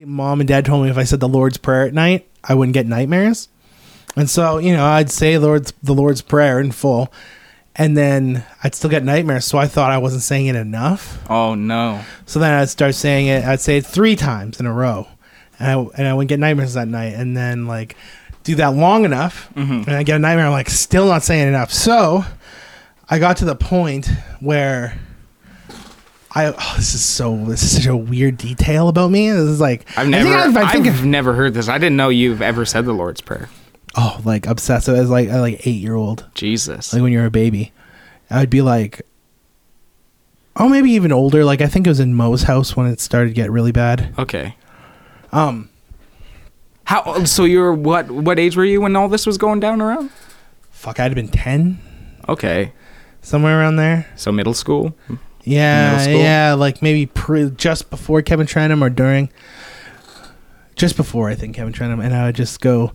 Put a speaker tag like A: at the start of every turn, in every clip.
A: Mom and dad told me if I said the Lord's Prayer at night, I wouldn't get nightmares. And so, you know, I'd say Lord's the Lord's Prayer in full, and then I'd still get nightmares. So I thought I wasn't saying it enough.
B: Oh no.
A: So then I'd start saying it. I'd say it three times in a row, and I and I would get nightmares that night. And then like do that long enough,
B: Mm-hmm.
A: and I get a nightmare. I'm like still not saying it enough. So I got to the point where I oh, this is so this is such a weird detail about me. This is like
B: I've
A: I
B: never
A: think
B: I've,
A: I think of-
B: never heard this. I didn't know you've ever said the Lord's Prayer.
A: oh like obsessive as like a, like eight year old
B: Jesus.
A: like when you're a baby. I'd be like, oh, maybe even older. Like I think it was in Mo's house when it started to get really bad.
B: Okay.
A: Um,
B: How so you were what what age were you when all this was going down around?
A: fuck, I'd have been ten,
B: Okay.
A: somewhere around there.
B: So middle school? Middle
A: Yeah,
B: school?
A: yeah, like maybe pre- just before Kevin Trenum or during, just before I think Kevin Trenum, and I would just go.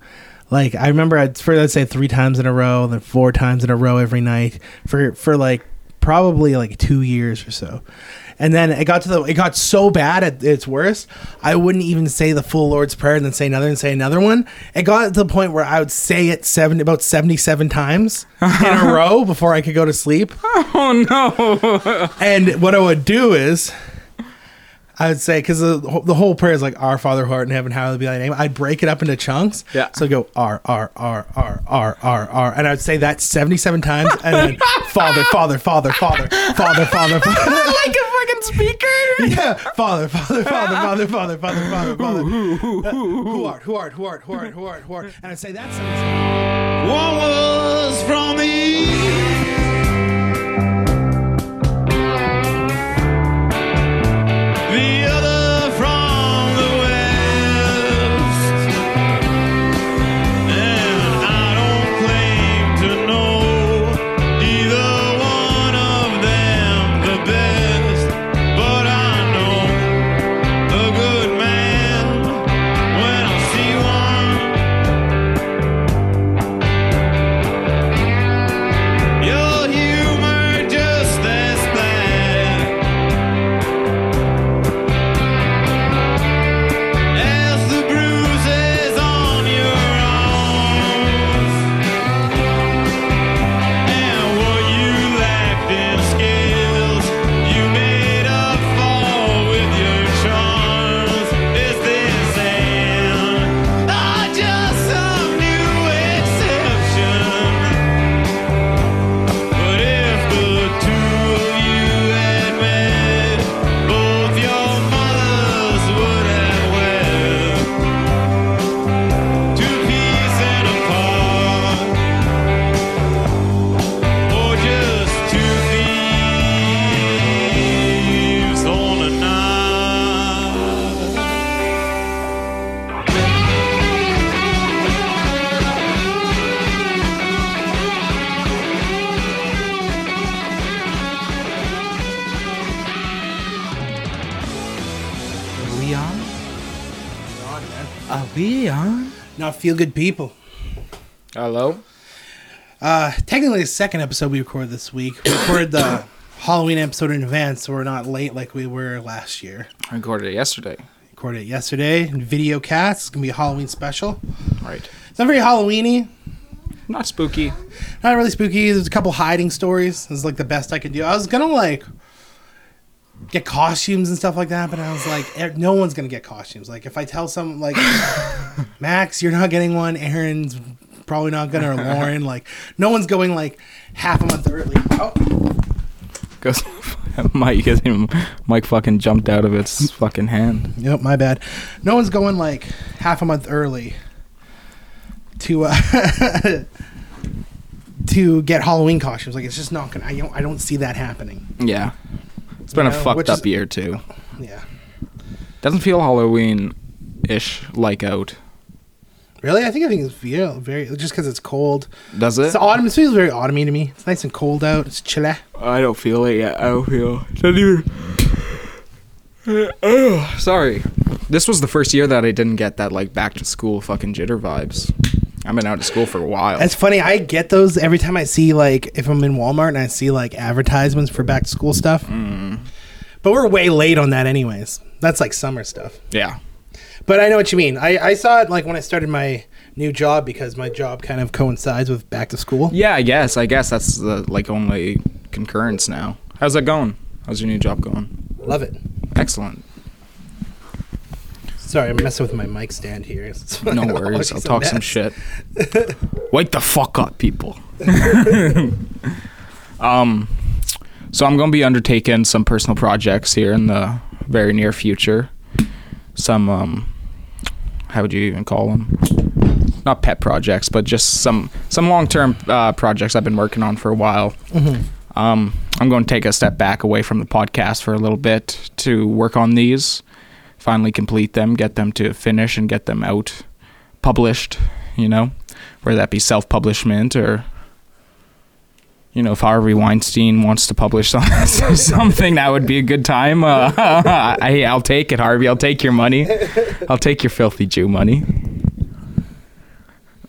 A: Like I remember, I'd for I'd say three times in a row, and then four times in a row every night for for like probably like two years or so, and then it got to the it got so bad at its worst. I wouldn't even say the full Lord's Prayer and then say another and say another one. It got to the point where I would say it seven about seventy seven times in a row before I could go to sleep.
B: Oh no.
A: And what I would do is, I would say because the, wh- the whole prayer is like "Our Father who art in heaven, hallowed be thy name." I'd break it up into chunks.
B: Yeah.
A: So I'd go R R R R R R R, and I'd say that seventy-seven times, and then Father, Father, Father, Father, Father, Father, Father.
B: like a fucking speaker.
A: Yeah, father, father, father, father, father, father, father, father. Uh, Who art, who art, who art, who art, who art, who art? And I say that's
C: One was from Eve. The other from the West. And I don't claim to know either one of them the best. But I know a good man when I see one. Your humor just as bad as the bruises on your arms, and what you lacked in skills, you made up for with your charms. Is this an or just some new exception? But if the two of you had met, both your mothers would have wept two peas in a pod, or just two thieves on a night.
B: Are we on? Are we on?
A: not feel good people.
B: Hello?
A: Uh, technically, the second episode we recorded this week. We recorded the Halloween episode in advance, so we're not late like we were last year.
B: I recorded it yesterday.
A: Recorded it yesterday. Video cast. It's gonna be a Halloween special.
B: Right.
A: It's not very Halloweeny.
B: Not spooky.
A: Not really spooky. There's a couple hiding stories. This is like the best I could do. I was gonna like get costumes and stuff like that, but I was like, eh, no one's gonna get costumes. Like if I tell some like Max, you're not getting one. Aaron's probably not gonna. Or Lauren, like no one's going like half a month early. Oh.
B: Goes Mike you guys even- Mike fucking jumped out of its fucking hand.
A: Yep, my bad. No one's going like half a month early to uh, to get Halloween costumes. Like it's just not gonna. I don't. I don't see that happening.
B: Yeah. It's been
A: You know,
B: a
A: which
B: fucked
A: is-
B: up year too.
A: Yeah.
B: Doesn't feel Halloween ish like out.
A: Really, I think I think it's yeah, very just because it's cold.
B: Does it?
A: It's autumn. It feels very autumny to me. It's nice and cold out. It's chilly.
B: I don't feel it yet. I don't feel. Not even. Oh, sorry. This was the first year that I didn't get that like back to school fucking jitter vibes. I've been out of school for a while.
A: It's funny. I get those every time I see like if I'm in Walmart and I see like advertisements for back to school stuff. But we're way late on that, anyways. That's like summer stuff.
B: yeah.
A: But I know what you mean. I, I saw it like when I started my new job because my job kind of coincides with back to school.
B: Yeah, I guess. I guess that's the like only concurrence now. How's that going? How's your new job going?
A: Love it.
B: Excellent.
A: Sorry, I'm messing with my mic stand here. It's
B: No
A: fucking
B: worries.
A: always
B: I'll
A: a
B: talk some
A: mess.
B: shit. Wake the fuck up, people. um, so I'm gonna be undertaking some personal projects here in the very near future. Some um, how would you even call them? Not pet projects, but just some some long term uh, projects I've been working on for a while.
A: Mm-hmm.
B: Um, I'm going to take a step back away from the podcast for a little bit to work on these, finally complete them, get them to finish, and get them out published, you know, whether that be self publishment or, you know, if Harvey Weinstein wants to publish some, something, that would be a good time. Uh, I, I'll take it, Harvey. I'll take your money. I'll take your filthy Jew money.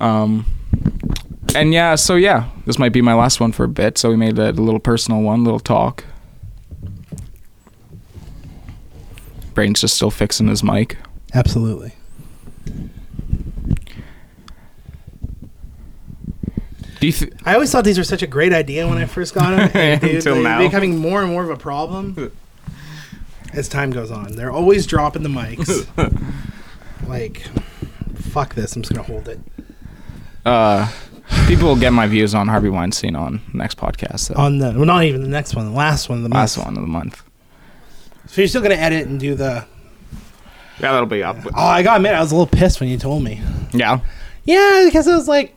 B: Um, and yeah, so yeah, this might be my last one for a bit. So we made that a little personal one, little talk. Brain's just still fixing his mic.
A: Absolutely.
B: Do you th-
A: I always thought these were such a great idea when I first got them. and they-
B: Until
A: they're
B: now.
A: becoming more and more of a problem as time goes on. They're always dropping the mics. like, fuck this. I'm just gonna hold it.
B: uh, people will get my views on Harvey Weinstein on next podcast. So.
A: On the well, not even the next one. The last one. The
B: last
A: month.
B: one of the month.
A: So you're still gonna edit and do the.
B: Yeah, that'll be up.
A: Oh, I gotta admit, I was a little pissed when you told me.
B: Yeah.
A: Yeah, because it was like,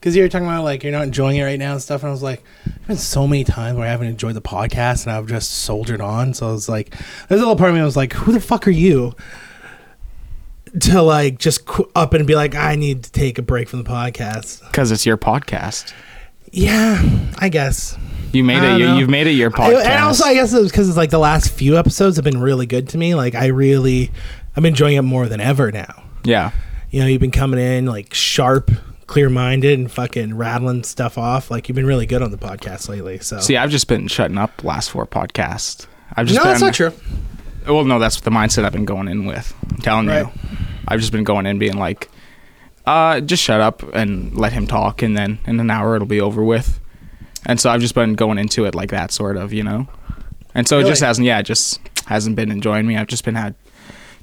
A: because you were talking about like you're not enjoying it right now and stuff, and I was like, there's been so many times where I haven't enjoyed the podcast and I've just soldiered on. So I was like, there's a little part of me that was like, who the fuck are you? To like just qu- up and be like, I need to take a break from the podcast.
B: Because it's your podcast.
A: Yeah, I guess.
B: You made
A: I
B: it. You,
A: know.
B: you've made it your
A: I-
B: podcast.
A: and also, I guess it was because it's like the last few episodes have been really good to me. Like, I really, I'm enjoying it more than ever now.
B: yeah.
A: You know, you've been coming in like sharp, clear minded, and fucking rattling stuff off. Like you've been really good on the podcast lately. So
B: See, I've just been shutting up last four podcasts. I've just
A: no,
B: been,
A: that's not true.
B: Well, no, that's the mindset I've been going in with. I'm telling
A: Right.
B: you, I've just been going in being like, uh, just shut up and let him talk, and then in an hour it'll be over with. And so I've just been going into it like that, sort of, you know. And so it just
A: Really?
B: hasn't, yeah, it just hasn't been enjoying me. I've just been had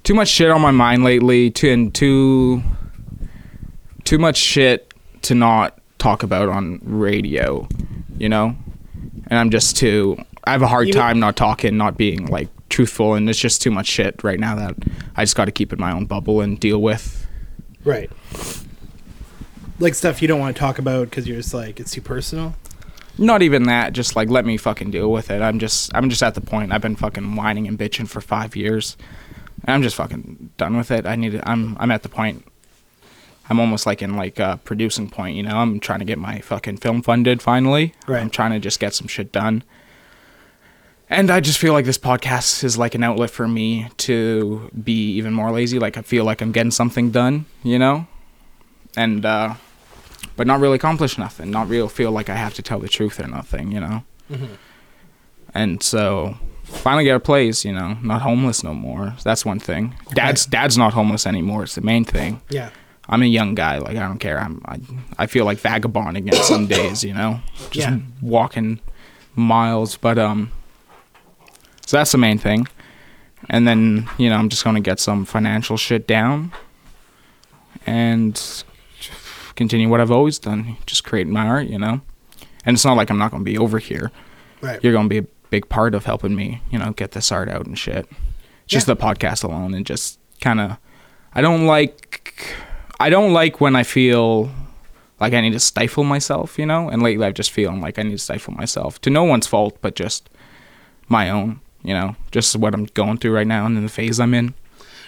B: too much shit on my mind lately, too and too too much shit to not talk about on radio, you know. And I'm just too. I have a hard
A: You mean-
B: time not talking, not being like truthful, and it's just too much shit right now that I just got to keep in my own bubble and deal with.
A: Right. Like stuff you don't want to talk about because you're just like it's too personal.
B: Not even that, just like let me fucking deal with it. I'm just, I'm just at the point. I've been fucking whining and bitching for five years, and I'm just fucking done with it. I need to. I'm, I'm at the point. I'm almost like in like a producing point, you know. I'm trying to get my fucking film funded finally.
A: Right.
B: I'm trying to just get some shit done. And I just feel like this podcast is like an outlet for me to be even more lazy. Like I feel like I'm getting something done, you know? And uh but not really accomplish nothing. Not real feel like I have to tell the truth or nothing, you know? And so finally get a place, you know, not homeless no more. That's one thing. Dad's dad's not homeless anymore. It's the main thing.
A: Yeah.
B: I'm a young guy. Like I don't care. I'm. I, I feel like vagabond again some days. You know, just
A: Yeah.
B: walking miles. But um, so that's the main thing. And then you know I'm just gonna get some financial shit down, and continue what I've always done, just creating my art. You know, and it's not like I'm not gonna be over here.
A: Right.
B: You're gonna be a big part of helping me. You know, get this art out and shit. It's Just
A: Yeah.
B: the podcast alone, and just kind of. I don't like I don't like when I feel like I need to stifle myself, you know? And lately I've just feeling like I need to stifle myself to no one's fault, but just my own, you know? Just what I'm going through right now and in the phase I'm in.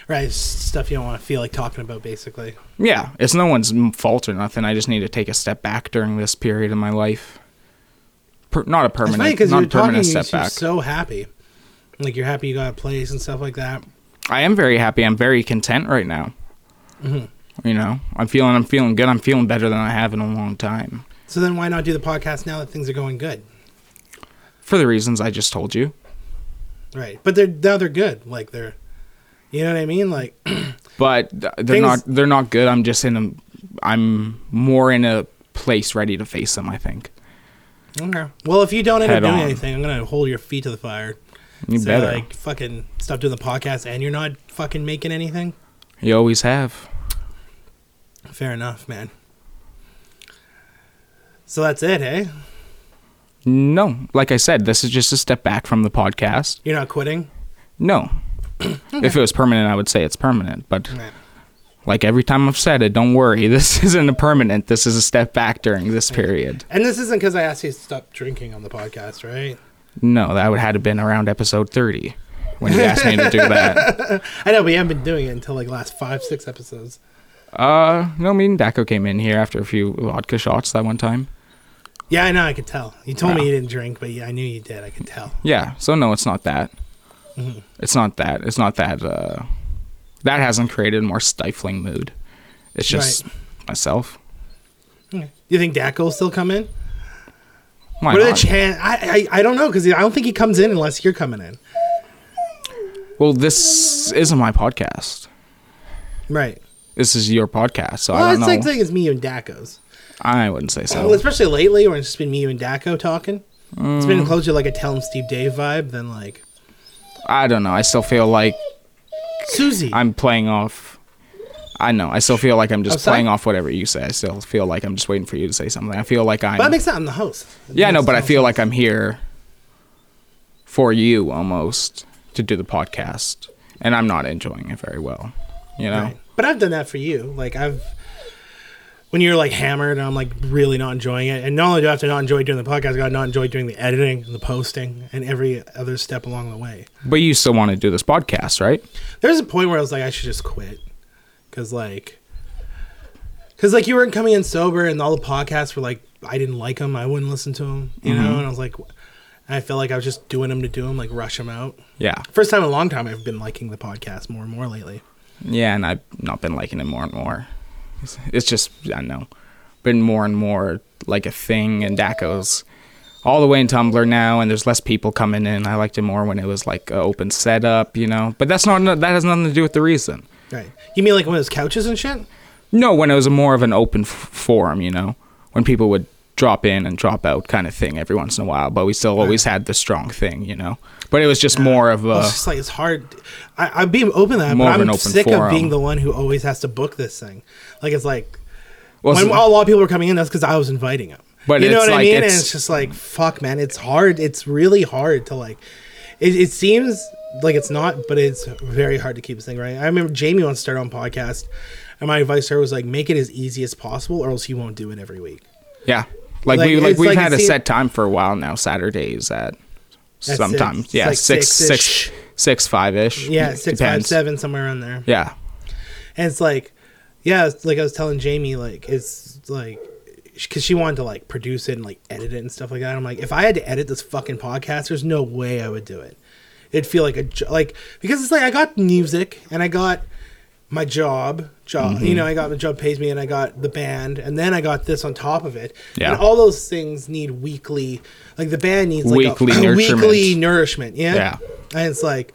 A: right. it's Stuff you don't want to feel like talking about, basically.
B: Yeah, it's no one's m- fault or nothing. I just need to take a step back during this period of my life. Per, not a
A: It's funny
B: permanent,
A: because
B: not
A: you're
B: a
A: talking.
B: permanent
A: You're
B: step back.
A: so happy. Like you're happy you got a place and stuff like that.
B: I am very happy. I'm very content right now. You know, I'm feeling, I'm feeling good. I'm feeling better than I have in a long time.
A: So then, why not do the podcast now that things are going good?
B: For the reasons I just told you.
A: Right. But they're now they're good. Like they're You know what I mean? Like,
B: but th- they're
A: Things-
B: not they're not good. I'm just in a I'm more in a place ready to face them. I think
A: okay. Well, if you don't end
B: Head
A: up doing
B: on.
A: anything, I'm gonna hold your feet to the fire.
B: you
A: Say,
B: better.
A: like fucking stop doing the podcast, and you're not fucking making anything.
B: you always have.
A: Fair enough, man. So that's it, hey?
B: No, like I said, this is just a step back from the podcast.
A: You're not quitting?
B: No. If it was permanent, I would say it's permanent. But
A: Nah.
B: like every time I've said it, don't worry. This isn't a permanent. This is a step back during this period.
A: And this isn't because I asked you to stop drinking on the podcast, right?
B: No, that would had to been around episode 30 when you asked me to do that.
A: I know, but you haven't been doing it until like last five, six episodes.
B: Uh, no, me and Daco came in here after a few vodka shots that one time.
A: Yeah, I know, I could tell. You told
B: Wow.
A: me you didn't drink, but yeah, I knew you did. I could tell.
B: Yeah, so no, it's not that.
A: Mm-hmm.
B: It's not that. It's not that. Uh, that hasn't created a more stifling mood. It's just myself.
A: Okay. You think Dak will still come in?
B: Why
A: what are the
B: not?
A: chan? I, I I don't know because I don't think he comes in unless you're coming in.
B: well, this isn't my podcast.
A: Right.
B: This is your podcast, so I
A: Well,
B: don't
A: it's
B: know. Oh.
A: like Oh, saying it's me, you, and Daco's.
B: I wouldn't say so.
A: Well, especially lately when it's just been me, you, and Daco talking. It's been
B: Mm.
A: closer to like a Tell him Steve Dave vibe than like
B: I don't know. I still feel like
A: Susie.
B: I'm playing off. I know. I still feel like I'm just
A: Outside?
B: playing off whatever you say. I still feel like I'm just waiting for you to say something. I feel like I'm.
A: but that makes sense. I'm the host.
B: yeah, no,
A: Makes
B: but I
A: total
B: feel
A: sense.
B: like I'm here for you almost to do the podcast, and I'm not enjoying it very well. You know,
A: Right. But I've done that for you. Like I've when you're like hammered and I'm like really not enjoying it. And not only do I have to not enjoy doing the podcast, I gotta not enjoy doing the editing and the posting and every other step along the way.
B: but you still want to do this podcast, right?
A: There's a point where I was like, I should just quit. Cause like Cause like you weren't coming in sober and all the podcasts were like I didn't like them, I wouldn't listen to them, you
B: Mm-hmm.
A: know, and I was like and I felt like I was just doing them to do them, like rush them out.
B: Yeah,
A: First time in a long time I've been liking the podcast more and more lately.
B: yeah, and I've not been liking it more and more. It's, it's just I don't know, been more and more like a thing, and Daco's all the way in Tumblr now, and there's less people coming in. I liked it more when it was like a open setup, you know. But that's not that has nothing to do with the reason.
A: Right. You mean like one of those couches and shit?
B: No, when it was more of an open f- forum, you know, when people would drop in and drop out kind of thing every once in a while, but we still always had the strong thing, you know. But it was just more of
A: Well,
B: a
A: it's just like it's hard. I, I'm being open to that,
B: More
A: but
B: of an
A: I'm
B: open
A: sick of
B: forum.
A: being the one who always has to book this thing. Like it's like
B: well,
A: when a
B: so-
A: lot of people were coming in, that's because I was inviting them.
B: But
A: you know
B: it's
A: what I
B: like
A: mean? and
B: it's-
A: it's just like fuck, man. It's hard. It's really hard to like. It, it seems like it's not, but it's very hard to keep this thing right. I remember Jamie once started on podcast, and my advice to her was like, make it as easy as possible, or else he won't do it every week.
B: yeah, like,
A: like,
B: we like
A: it's
B: we've
A: like
B: had
A: it
B: a
A: seem-
B: set time for a while now. Saturdays at
A: At
B: sometimes
A: six.
B: yeah
A: Like
B: six six
A: six-ish.
B: six five ish
A: Yeah, six, five, seven, somewhere around there.
B: yeah
A: And it's like, yeah, it's like I was telling Jamie, like, it's like, because she wanted to like produce it and like edit it and stuff like that. I'm like, if I had to edit this fucking podcast, there's no way I would do it. It'd feel like a, jo- like, because it's like I got music and I got my job, job,
B: Mm-hmm.
A: you know, I got my job pays me and I got the band and then I got this on top of it.
B: Yeah.
A: And all those things need weekly, like the band needs like
B: Weekly nurturement.
A: weekly nourishment. Yeah.
B: Yeah.
A: And it's like,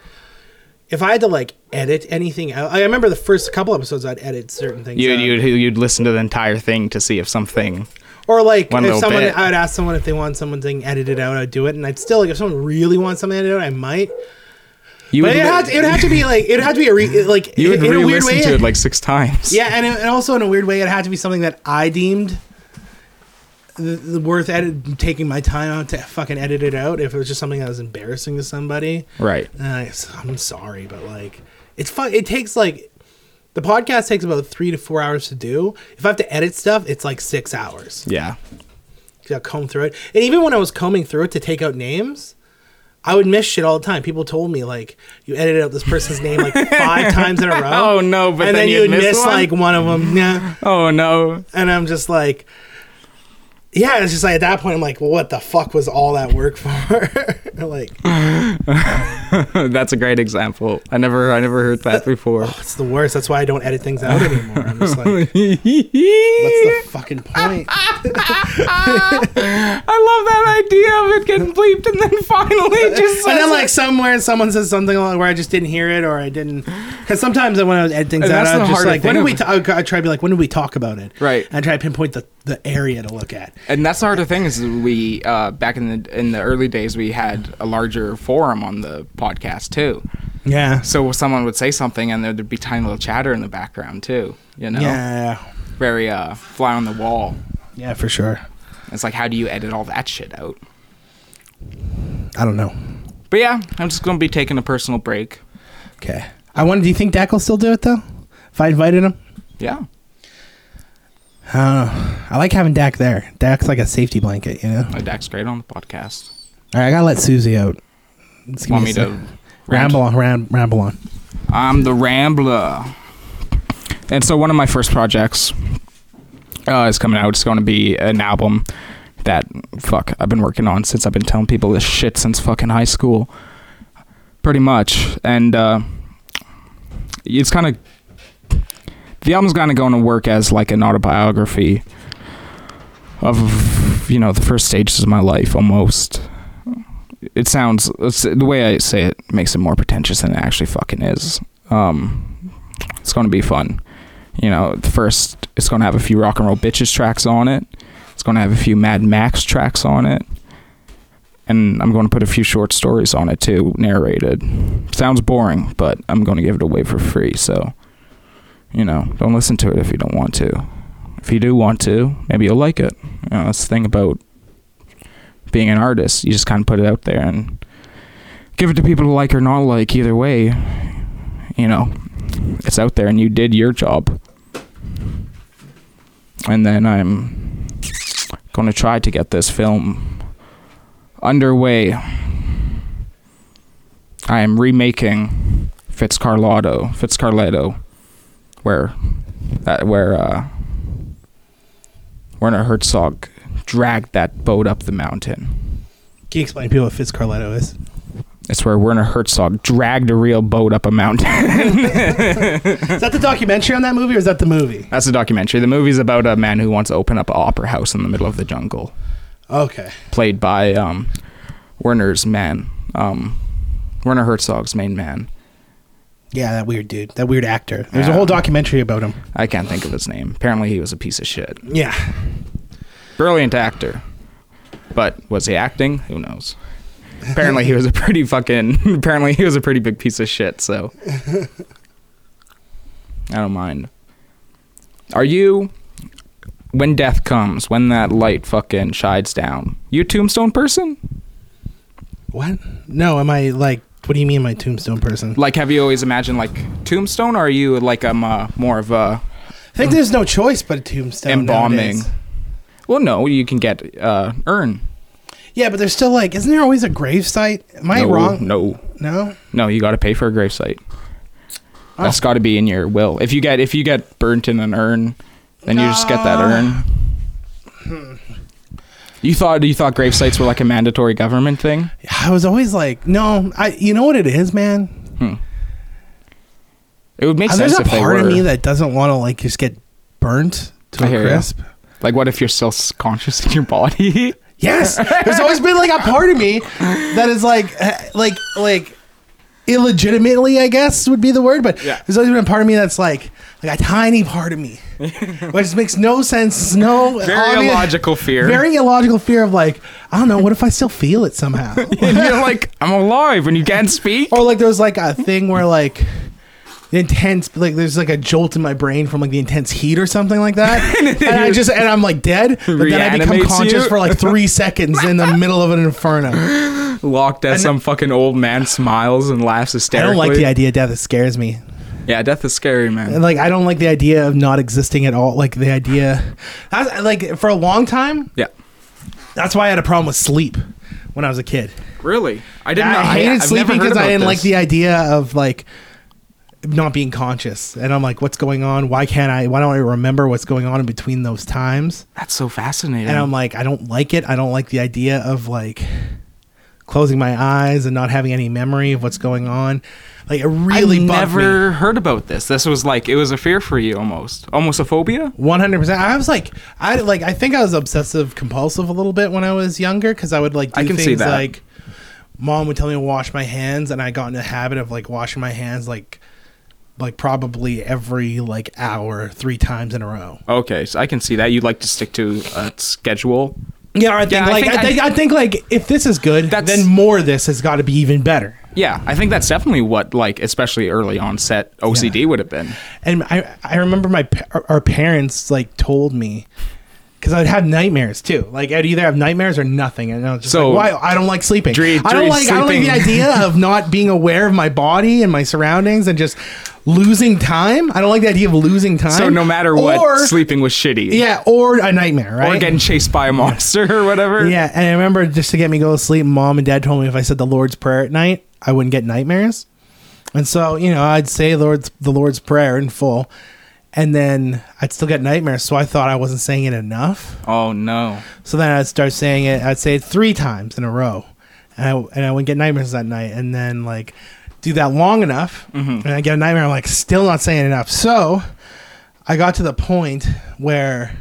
A: if I had to like edit anything out, I remember the first couple episodes I'd edit certain things,
B: you
A: out.
B: you'd you'd listen to the entire thing to see if something
A: or like
B: one
A: if
B: little
A: someone
B: bit.
A: I'd ask someone if they want something edited out, I'd do it, and I'd still like if someone really wants something edited out, I might.
B: you
A: But
B: would
A: it had
B: li-
A: it had to be like it had to be a re, like
B: you would
A: in a weird
B: re-listen
A: way.
B: to it like six times
A: yeah, and, it, and also in a weird way, it had to be something that I deemed th- th- worth edit, taking my time out to fucking edit it out. If it was just something that was embarrassing to somebody,
B: right
A: Uh, it's- I'm sorry, but like, it's fun. It takes like the podcast takes about three to four hours to do. If I have to edit stuff, it's like six hours.
B: yeah
A: to comb through it, and even when I was combing through it to take out names. I would miss shit all the time. People told me like you edited out this person's name like five times in a row.
B: Oh, no, but
A: and
B: then
A: then,
B: you'd
A: you'd
B: miss
A: miss
B: one?
A: like one of them. Yeah,
B: oh no
A: and I'm just like, yeah, it's just like at that point I'm like, well, what the fuck was all that work for? like,
B: That's a great example. I never I never heard that before.
A: it's the worst. That's why I don't edit things out anymore. I'm just like, what's the fucking point?
B: I love that idea of it getting bleeped and then finally just
A: and
B: says
A: then
B: it.
A: like somewhere someone says something along where I just didn't hear it or I didn't because sometimes when I edit things
B: And
A: out
B: that's
A: I
B: the
A: was just
B: harder
A: like when did
B: thing
A: we
B: of-
A: ta- I would- I'd try to be like when did we talk about it
B: Right.
A: and try to pinpoint the, the area to look at
B: And that's the harder thing is we uh, back in the in the early days we had a larger forum on the podcast too.
A: yeah
B: So someone would say something and there'd be tiny little chatter in the background too. You know,
A: yeah
B: very uh, fly on the wall.
A: yeah for sure
B: It's like how do you edit all that shit out?
A: I don't know
B: But yeah, I'm just gonna be taking a personal break.
A: okay I wonder do you think Dak will still do it though if I invited him
B: Yeah,
A: I don't know I like having Dak there Dak's like a safety blanket you know
B: my deck's great on the podcast.
A: all right I gotta let Susie out Let's
B: Want me to
A: ramble on ram, ramble on
B: I'm the Rambler. And so one of my first projects uh, is coming out. It's going to be an album that fuck I've been working on since I've been telling people this shit since fucking high school, pretty much. And uh, it's kind of the album's kind of going to work as like an autobiography of you know the first stages of my life almost it sounds it's, the way I say it makes it more pretentious than it actually fucking is. Um, it's going to be fun. You know, the first it's going to have a few rock and roll bitches tracks on it. It's going to have a few Mad Max tracks on it, and I'm going to put a few short stories on it too, narrated. Sounds boring, but I'm going to give it away for free. So, you know, don't listen to it if you don't want to. If you do want to, maybe you'll like it. You know, that's the thing about being an artist. You just kind of put it out there and give it to people who like or not like. Either way, you know, it's out there and you did your job. And then I'm going to try to get this film underway. I am remaking Fitzcarlotto, Fitzcarletto, where that where uh, Werner Herzog dragged that boat up the mountain.
A: can you explain to people what Fitzcarletto is
B: It's where Werner Herzog dragged a real boat up a mountain.
A: is that the documentary on that movie or is that the movie
B: That's a documentary. The movie's about a man who wants to open up an opera house in the middle of the jungle,
A: okay
B: played by um, Werner's man, um, Werner Herzog's main man.
A: Yeah, that weird dude, that weird actor. There's a
B: Yeah.
A: whole documentary about him.
B: I can't think of his name. Apparently, he was a piece of shit.
A: Yeah,
B: Brilliant actor, but was he acting? Who knows. Apparently, he was a pretty fucking. Apparently, he was a pretty big piece of shit. So, I don't mind. Are you, when death comes, when that light fucking shines down, you a tombstone person?
A: what? No, am I like? What do you mean, my tombstone person?
B: Like, have you always imagined like tombstone? Or are you like I'm uh, more of a
A: I think there's no choice but a tombstone.
B: embalming?
A: Oh, nowadays.
B: Well, no, you can get uh, urn.
A: Yeah, but there's still like, isn't there always a grave site? Am I
B: no,
A: wrong?
B: No,
A: No.
B: No, you got to pay for a gravesite.
A: Oh.
B: That's got to be in your will. If you get if you get burnt in an urn, then you just get that urn. You thought you thought gravesites were like a mandatory government thing?
A: I was always like, no. I, you know what it is, man.
B: It would make
A: Uh,
B: sense
A: there's a
B: if they
A: part
B: were.
A: of me that doesn't want to like just get burnt to
B: I
A: a
B: hear ya.
A: crisp.
B: like, what if you're still s- conscious in your body?
A: Yes, there's always been like a part of me that is like, uh, like, like, illegitimately, I guess would be the word, but
B: Yeah.
A: there's always been a part of me that's like, like a tiny part of me, which makes no sense, no
B: Very
A: obvious-
B: illogical fear.
A: very illogical fear of like, I don't know, what if I still feel it somehow?
B: and you're like, I'm alive, and you can't speak.
A: or like there's like a thing where like. the Intense, like there's like a jolt in my brain from like the intense heat or something like that, and I just and I'm like dead, but then I become
B: Reanimates
A: conscious
B: you?
A: for like three seconds in the middle of an inferno.
B: Locked as
A: And-
B: some fucking old man smiles and laughs
A: I
B: hysterically.
A: don't like the idea of death. It scares me.
B: Yeah, death is scary, man.
A: And like, I don't like the idea of not existing at all. Like the idea, I, like for a long time,
B: yeah.
A: that's why I had a problem with sleep when I was a kid.
B: Really? I didn't know.
A: I hated
B: I've
A: sleep
B: never heard
A: because I
B: about
A: didn't like
B: this.
A: the idea of like not being conscious. And I'm like, what's going on? Why can't I? Why don't I remember what's going on in between those times?
B: That's so fascinating.
A: And I'm like, I don't like it. I don't like the idea of like closing my eyes and not having any memory of what's going on. Like it really
B: I
A: bugged me.
B: never heard about this. This was like it was a fear for you almost, almost a phobia.
A: One hundred percent. I was like, I like. I think I was obsessive compulsive a little bit when I was younger because I would like do
B: I can
A: things
B: see that.
A: like, mom would tell me to wash my hands, and I got in the habit of like washing my hands like, like probably every like hour, three times in a row.
B: Okay, so I can see that you like to stick to a schedule.
A: Yeah, I think
B: I
A: like
B: think
A: I think, I,
B: I-
A: think like if this is good,
B: That's-
A: then more of this has got to be even better.
B: Yeah, I think that's definitely what like especially early onset OCD would have been.
A: And I I remember my pa- our parents like told me. Because I'd have nightmares too. Like I'd either have nightmares or nothing, and I was just
B: So-
A: like, "Why? I don't like sleeping.
B: Dre-
A: I don't
B: Dre's
A: like. I don't like the
B: sleeping.
A: idea of not being aware of my body and my surroundings and just losing time. I don't like the idea of losing time.
B: So no matter what,
A: Or-
B: sleeping was shitty.
A: yeah, or a nightmare, right?
B: Or getting chased by a monster or whatever.
A: Yeah, and I remember just to get me go to sleep, mom and dad told me if I said the Lord's Prayer at night, I wouldn't get nightmares. And so, you know, I'd say Lord's the Lord's Prayer in full, and then I'd still get nightmares. So I thought I wasn't saying it enough.
B: Oh no.
A: So then I'd start saying it. I'd say it three times in a row, and I and I wouldn't get nightmares that night. And then like do that long enough,
B: Mm-hmm.
A: and I get a nightmare. I'm like still not saying it enough. So I got to the point where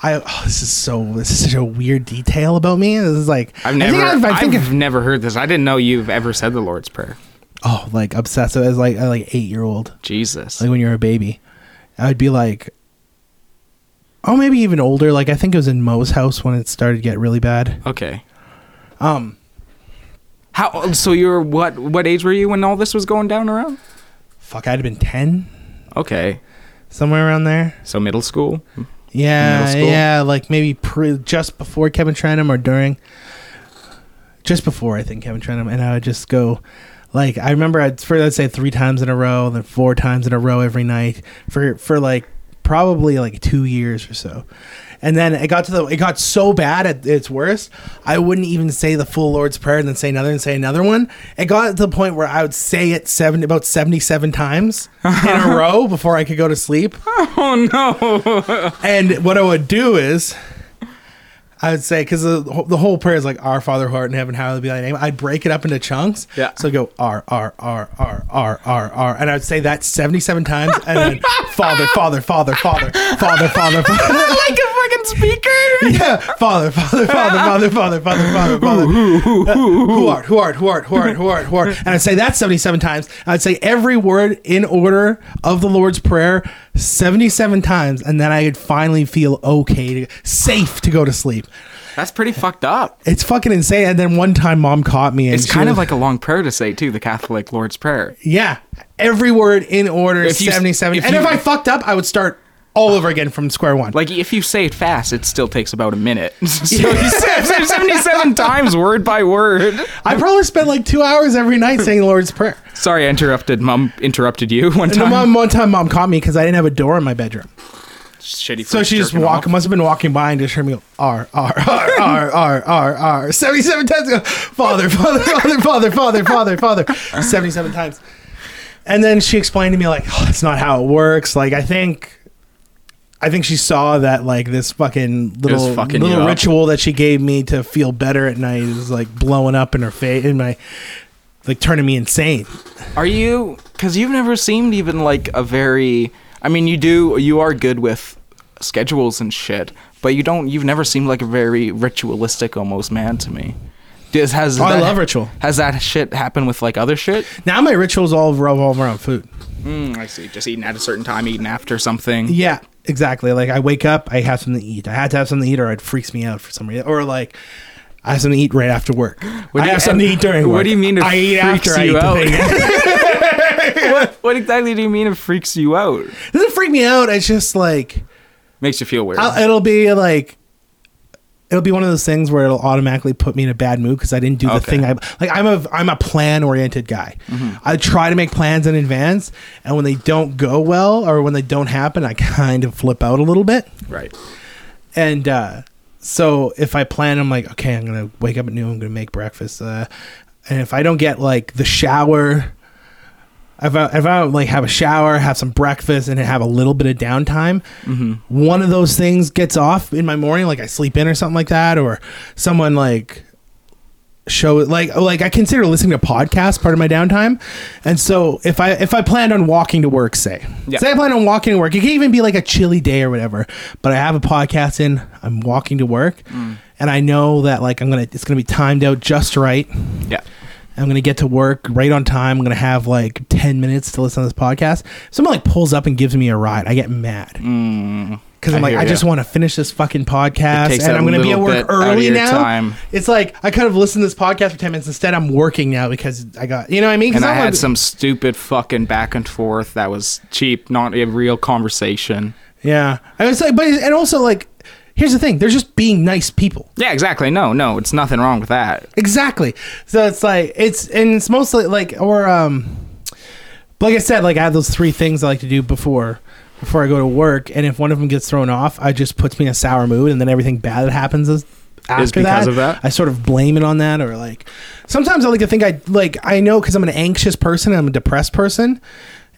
A: I oh, this is so this is such a weird detail about me. This is like
B: I've never
A: I think I've, I think
B: I've
A: I've-
B: never heard this. I didn't know you've ever said the Lord's Prayer.
A: oh like obsessive as like a, like eight year old
B: Jesus.
A: like when you're a baby. I'd be like. Oh, maybe even older. Like I think it was in Mo's house when it started to get really bad.
B: okay.
A: Um,
B: How so you were what what age were you when all this was going down around?
A: fuck, I'd have been 10,
B: Okay.
A: somewhere around there.
B: So middle school? middle
A: Yeah,
B: school?
A: yeah, like maybe pre- just before Kevin Tranum or during. Just before, I think, Kevin Tranum. And I would just go, like, I remember I'd, for, I'd say three times in a row, and then four times in a row every night for, for like, probably like two years or so. And then it got to the, it got so bad at its worst, I wouldn't even say the full Lord's Prayer and then say another and say another one. It got to the point where I would say it seven, about 77 times in a row before I could go to sleep.
B: Oh no.
A: And what I would do is, I would say because the, wh- the whole prayer is like Our Father who art in heaven, hallowed be thy name. I'd break it up into chunks.
B: Yeah.
A: So I'd go R R R R R R R, and I'd say that seventy seven times, and then Father Father Father Father Father Father. Father
B: like a fucking speaker.
A: yeah, father, father, father, father, father, father, father, father. Uh, Who art, who art, who art, who art, who art, who art. And I'd say that 77 times. I'd say every word in order of the Lord's Prayer 77 times. And then I'd finally feel okay, to, safe to go to sleep.
B: That's pretty fucked up.
A: It's fucking insane. And then one time mom caught me. And
B: It's
A: she
B: kind
A: was-
B: of like a long prayer to say too, the Catholic Lord's Prayer.
A: yeah, every word in order
B: If you-
A: 77.
B: if
A: and
B: you-
A: if I fucked up, I would start all over again from square one.
B: Like if you say it fast, it still takes about a minute. so you say it 77 times word by word.
A: I probably spent like two hours every night saying the Lord's Prayer.
B: Sorry, I interrupted. Mom interrupted you one
A: And
B: time.
A: mom, one time, mom caught me because I didn't have a door in my bedroom,
B: Shitty
A: so
B: for
A: she just
B: jerking
A: walked.
B: off.
A: Must have been walking by and just heard me go R R R R R R R seventy-seven times. Go, father, father, father, father, father, father, father, seventy-seven times. And then she explained to me like, oh, that's not how it works. Like I think, I think she saw that like this fucking little
B: fucking you
A: little
B: up.
A: ritual that she gave me to feel better at night is like blowing up in her face in my. Like turning me insane.
B: Are you? Because you've never seemed even like a very. I mean, you do. You are good with schedules and shit, but you don't. You've never seemed like a very ritualistic, almost man to me. Does has
A: Oh, I love ritual.
B: Has that shit happened with like other shit?
A: Now my rituals all revolve around food.
B: Mm, I see. Just eating at a certain time, eating after something.
A: Yeah, exactly. Like I wake up, I have something to eat. I had to have something to eat, or it freaks me out for some reason. Or like I have something to eat right after work.
B: What
A: I
B: do you-
A: have something to eat during
B: what
A: work.
B: do you mean it
A: I eat
B: freaks
A: after I
B: you
A: eat
B: out?
A: the thing.
B: What exactly do you mean it freaks you out?
A: it doesn't freak me out. It's just like
B: Makes you feel weird.
A: I'll, uh, it'll be like. It'll be one of those things where it'll automatically put me in a bad mood because I didn't do the
B: Okay. Mm-hmm.
A: thing I like. I'm a I'm a plan oriented guy. I try to make plans in advance, and when they don't go well or when they don't happen, I kind of flip out a little bit.
B: right.
A: And uh, so if I plan, I'm like, okay, I'm gonna wake up at noon. I'm gonna make breakfast. Uh, and if I don't get like the shower, if I, if I like have a shower, have some breakfast, and have a little bit of downtime, one of those things gets off in my morning, like I sleep in or something like that, or someone like show like like I consider listening to podcasts part of my downtime. And so if I if I planned on walking to work, say.
B: Yeah.
A: Say I plan on walking to work. It can even be like a chilly day or whatever. But I have a podcast in, I'm walking to work and I know that like I'm gonna it's gonna be timed out just right.
B: Yeah.
A: I'm gonna get to work right on time. I'm gonna have like ten minutes to listen to this podcast. Someone like pulls up and gives me a ride. I get mad because
B: Mm. I
A: I'm like,
B: hear
A: I
B: ya.
A: just want to finish this fucking podcast,
B: takes
A: and
B: that
A: I'm gonna be at
B: little
A: work
B: bit out of
A: early
B: your
A: now.
B: time.
A: It's like I could have listened to this podcast for ten minutes. Instead, I'm working now because I got you know what I mean. 'Cause
B: And I
A: I'm
B: had
A: like-
B: some stupid fucking back and forth that was cheap, not a real conversation.
A: yeah. I was like, but and also like, here's the thing: they're just being nice people.
B: Yeah, exactly. No, no, it's nothing wrong with that.
A: Exactly. So it's like it's and it's mostly like or um like I said, like I have those three things I like to do before before I go to work, and if one of them gets thrown off, I just puts me in a sour mood, and then everything bad that happens is after
B: because
A: that,
B: of that?
A: I sort of blame it on that, or like sometimes I like to think I like I know because I'm an anxious person, I'm a depressed person,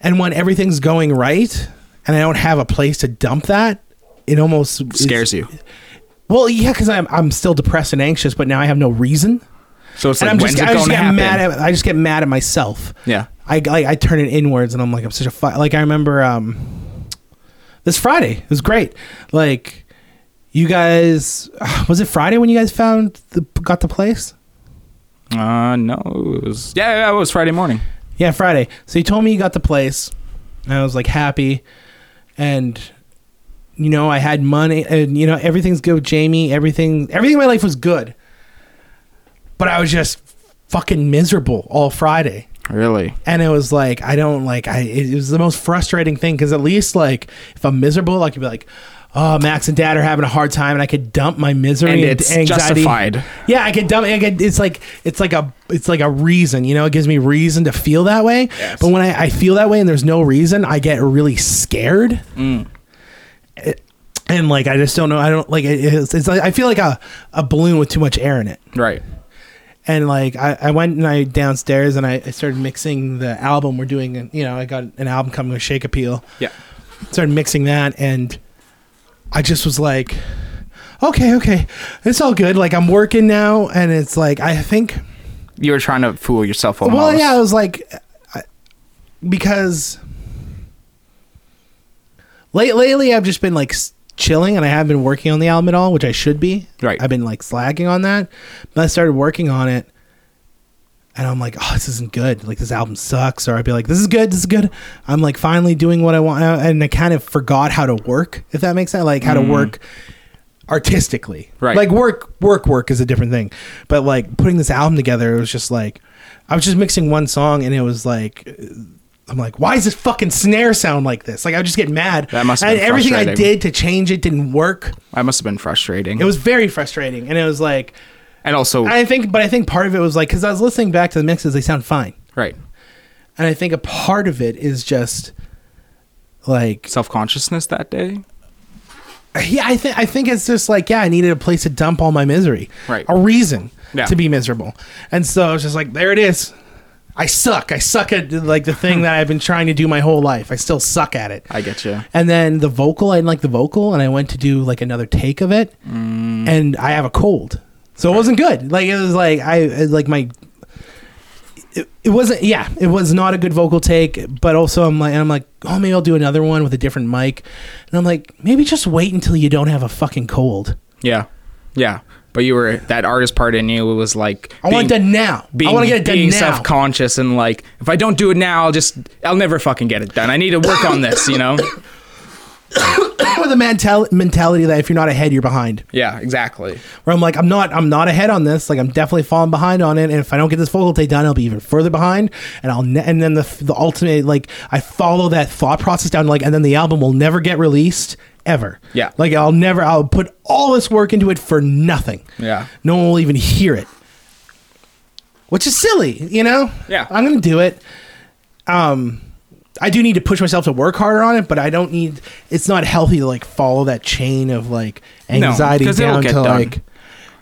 A: and when everything's going right, and I don't have a place to dump that, it almost is-
B: Scares you.
A: Well, yeah, because I'm I'm still depressed and anxious, but now I have no reason
B: So it's
A: and
B: like,
A: I'm
B: when's
A: just, I
B: it
A: just
B: going to
A: get
B: happen?
A: mad at I just get mad at myself.
B: yeah.
A: I like I turn it inwards, and I'm like I'm such a fu- like I remember um this Friday it was great. Like you guys, was it Friday when you guys found the got the place?
B: Uh, no, it was. Yeah, yeah, it was Friday morning.
A: Yeah, Friday. So you told me you got the place, and I was like happy, and you know I had money, and you know everything's good with Jamie. Everything, everything in my life was good, but I was just fucking miserable all Friday.
B: Really?
A: and it was like I don't like I it was the most frustrating thing because at least like if I'm miserable I could be like oh Max and Dad are having a hard time and I could dump my misery
B: And
A: and,
B: it's
A: anxiety
B: justified.
A: yeah I could dump I could, it's like it's like a it's like a reason you know it gives me reason to feel that way
B: Yes.
A: but when I, I feel that way and there's no reason I get really scared
B: Mm.
A: It- and like I just don't know I don't like it, it's, it's like I feel like a a balloon with too much air in it
B: Right.
A: and like I, I went and I downstairs and I, I started mixing the album we're doing and you know I got an album coming with Shake Appeal
B: Yeah.
A: started mixing that and I just was like okay okay it's all good like I'm working now and it's like I think
B: You were trying to fool yourself almost.
A: well yeah I was like I, because late lately I've just been like s- chilling and I haven't been working on the album at all which I should be
B: Right.
A: I've been like slacking on that but I started working on it and I'm like, oh, this isn't good. Like this album sucks. Or I'd be like, this is good, this is good. I'm like finally doing what I want, and I kind of forgot how to work. If that makes sense, like how to work artistically.
B: Right.
A: Like work, work, work is a different thing. But like putting this album together, it was just like, I was just mixing one song, and it was like. I'm like, why does this fucking snare sound like this? Like, I would just get mad.
B: That must have
A: and
B: been
A: everything I
B: frustrating.
A: did to change it didn't work.
B: I must have been frustrating.
A: It was very frustrating, and it was like,
B: and also,
A: I think, but I think part of it was like, because I was listening back to the mixes, they sound fine.
B: right.
A: And I think a part of it is just like
B: Self consciousness that day.
A: yeah, I think I think it's just like yeah, I needed a place to dump all my misery,
B: Right.
A: A reason
B: Yeah.
A: to be miserable, and so it's just like there it is. I suck. I suck at like the thing that I've been trying to do my whole life. I still suck at it.
B: I get you.
A: And then the vocal, I didn't like the vocal, and I went to do like another take of it,
B: Mm.
A: and I have a cold, so it wasn't good. Like it was like I it- like my. It, it wasn't. Yeah, it was not a good vocal take. But also, I'm like, and I'm like, oh, maybe I'll do another one with a different mic. And I'm like, maybe just wait until you don't have a fucking cold.
B: Yeah. Yeah. But you were that artist part in you was like
A: I want it done now. I want to get it done
B: being
A: now.
B: self-conscious and like if I don't do it now, I'll just I'll never fucking get it done. I need to work on this, you know?
A: with a mental- mentality that if you're not ahead, you're behind.
B: Yeah, exactly.
A: where I'm like, I'm not, I'm not ahead on this. Like, I'm definitely falling behind on it. And if I don't get this vocal take done, I'll be even further behind. And I'll, ne- and then the the ultimate, like, I follow that thought process down. Like, and then the album will never get released ever.
B: Yeah.
A: Like, I'll never, I'll put all this work into it for nothing.
B: Yeah.
A: No one will even hear it, which is silly, you know.
B: Yeah.
A: I'm gonna do it. Um. I do need to push myself to work harder on it, but I don't need. It's not healthy to like follow that chain of like
B: No,
A: anxiety
B: 'cause it'll
A: down
B: get
A: to
B: done.
A: like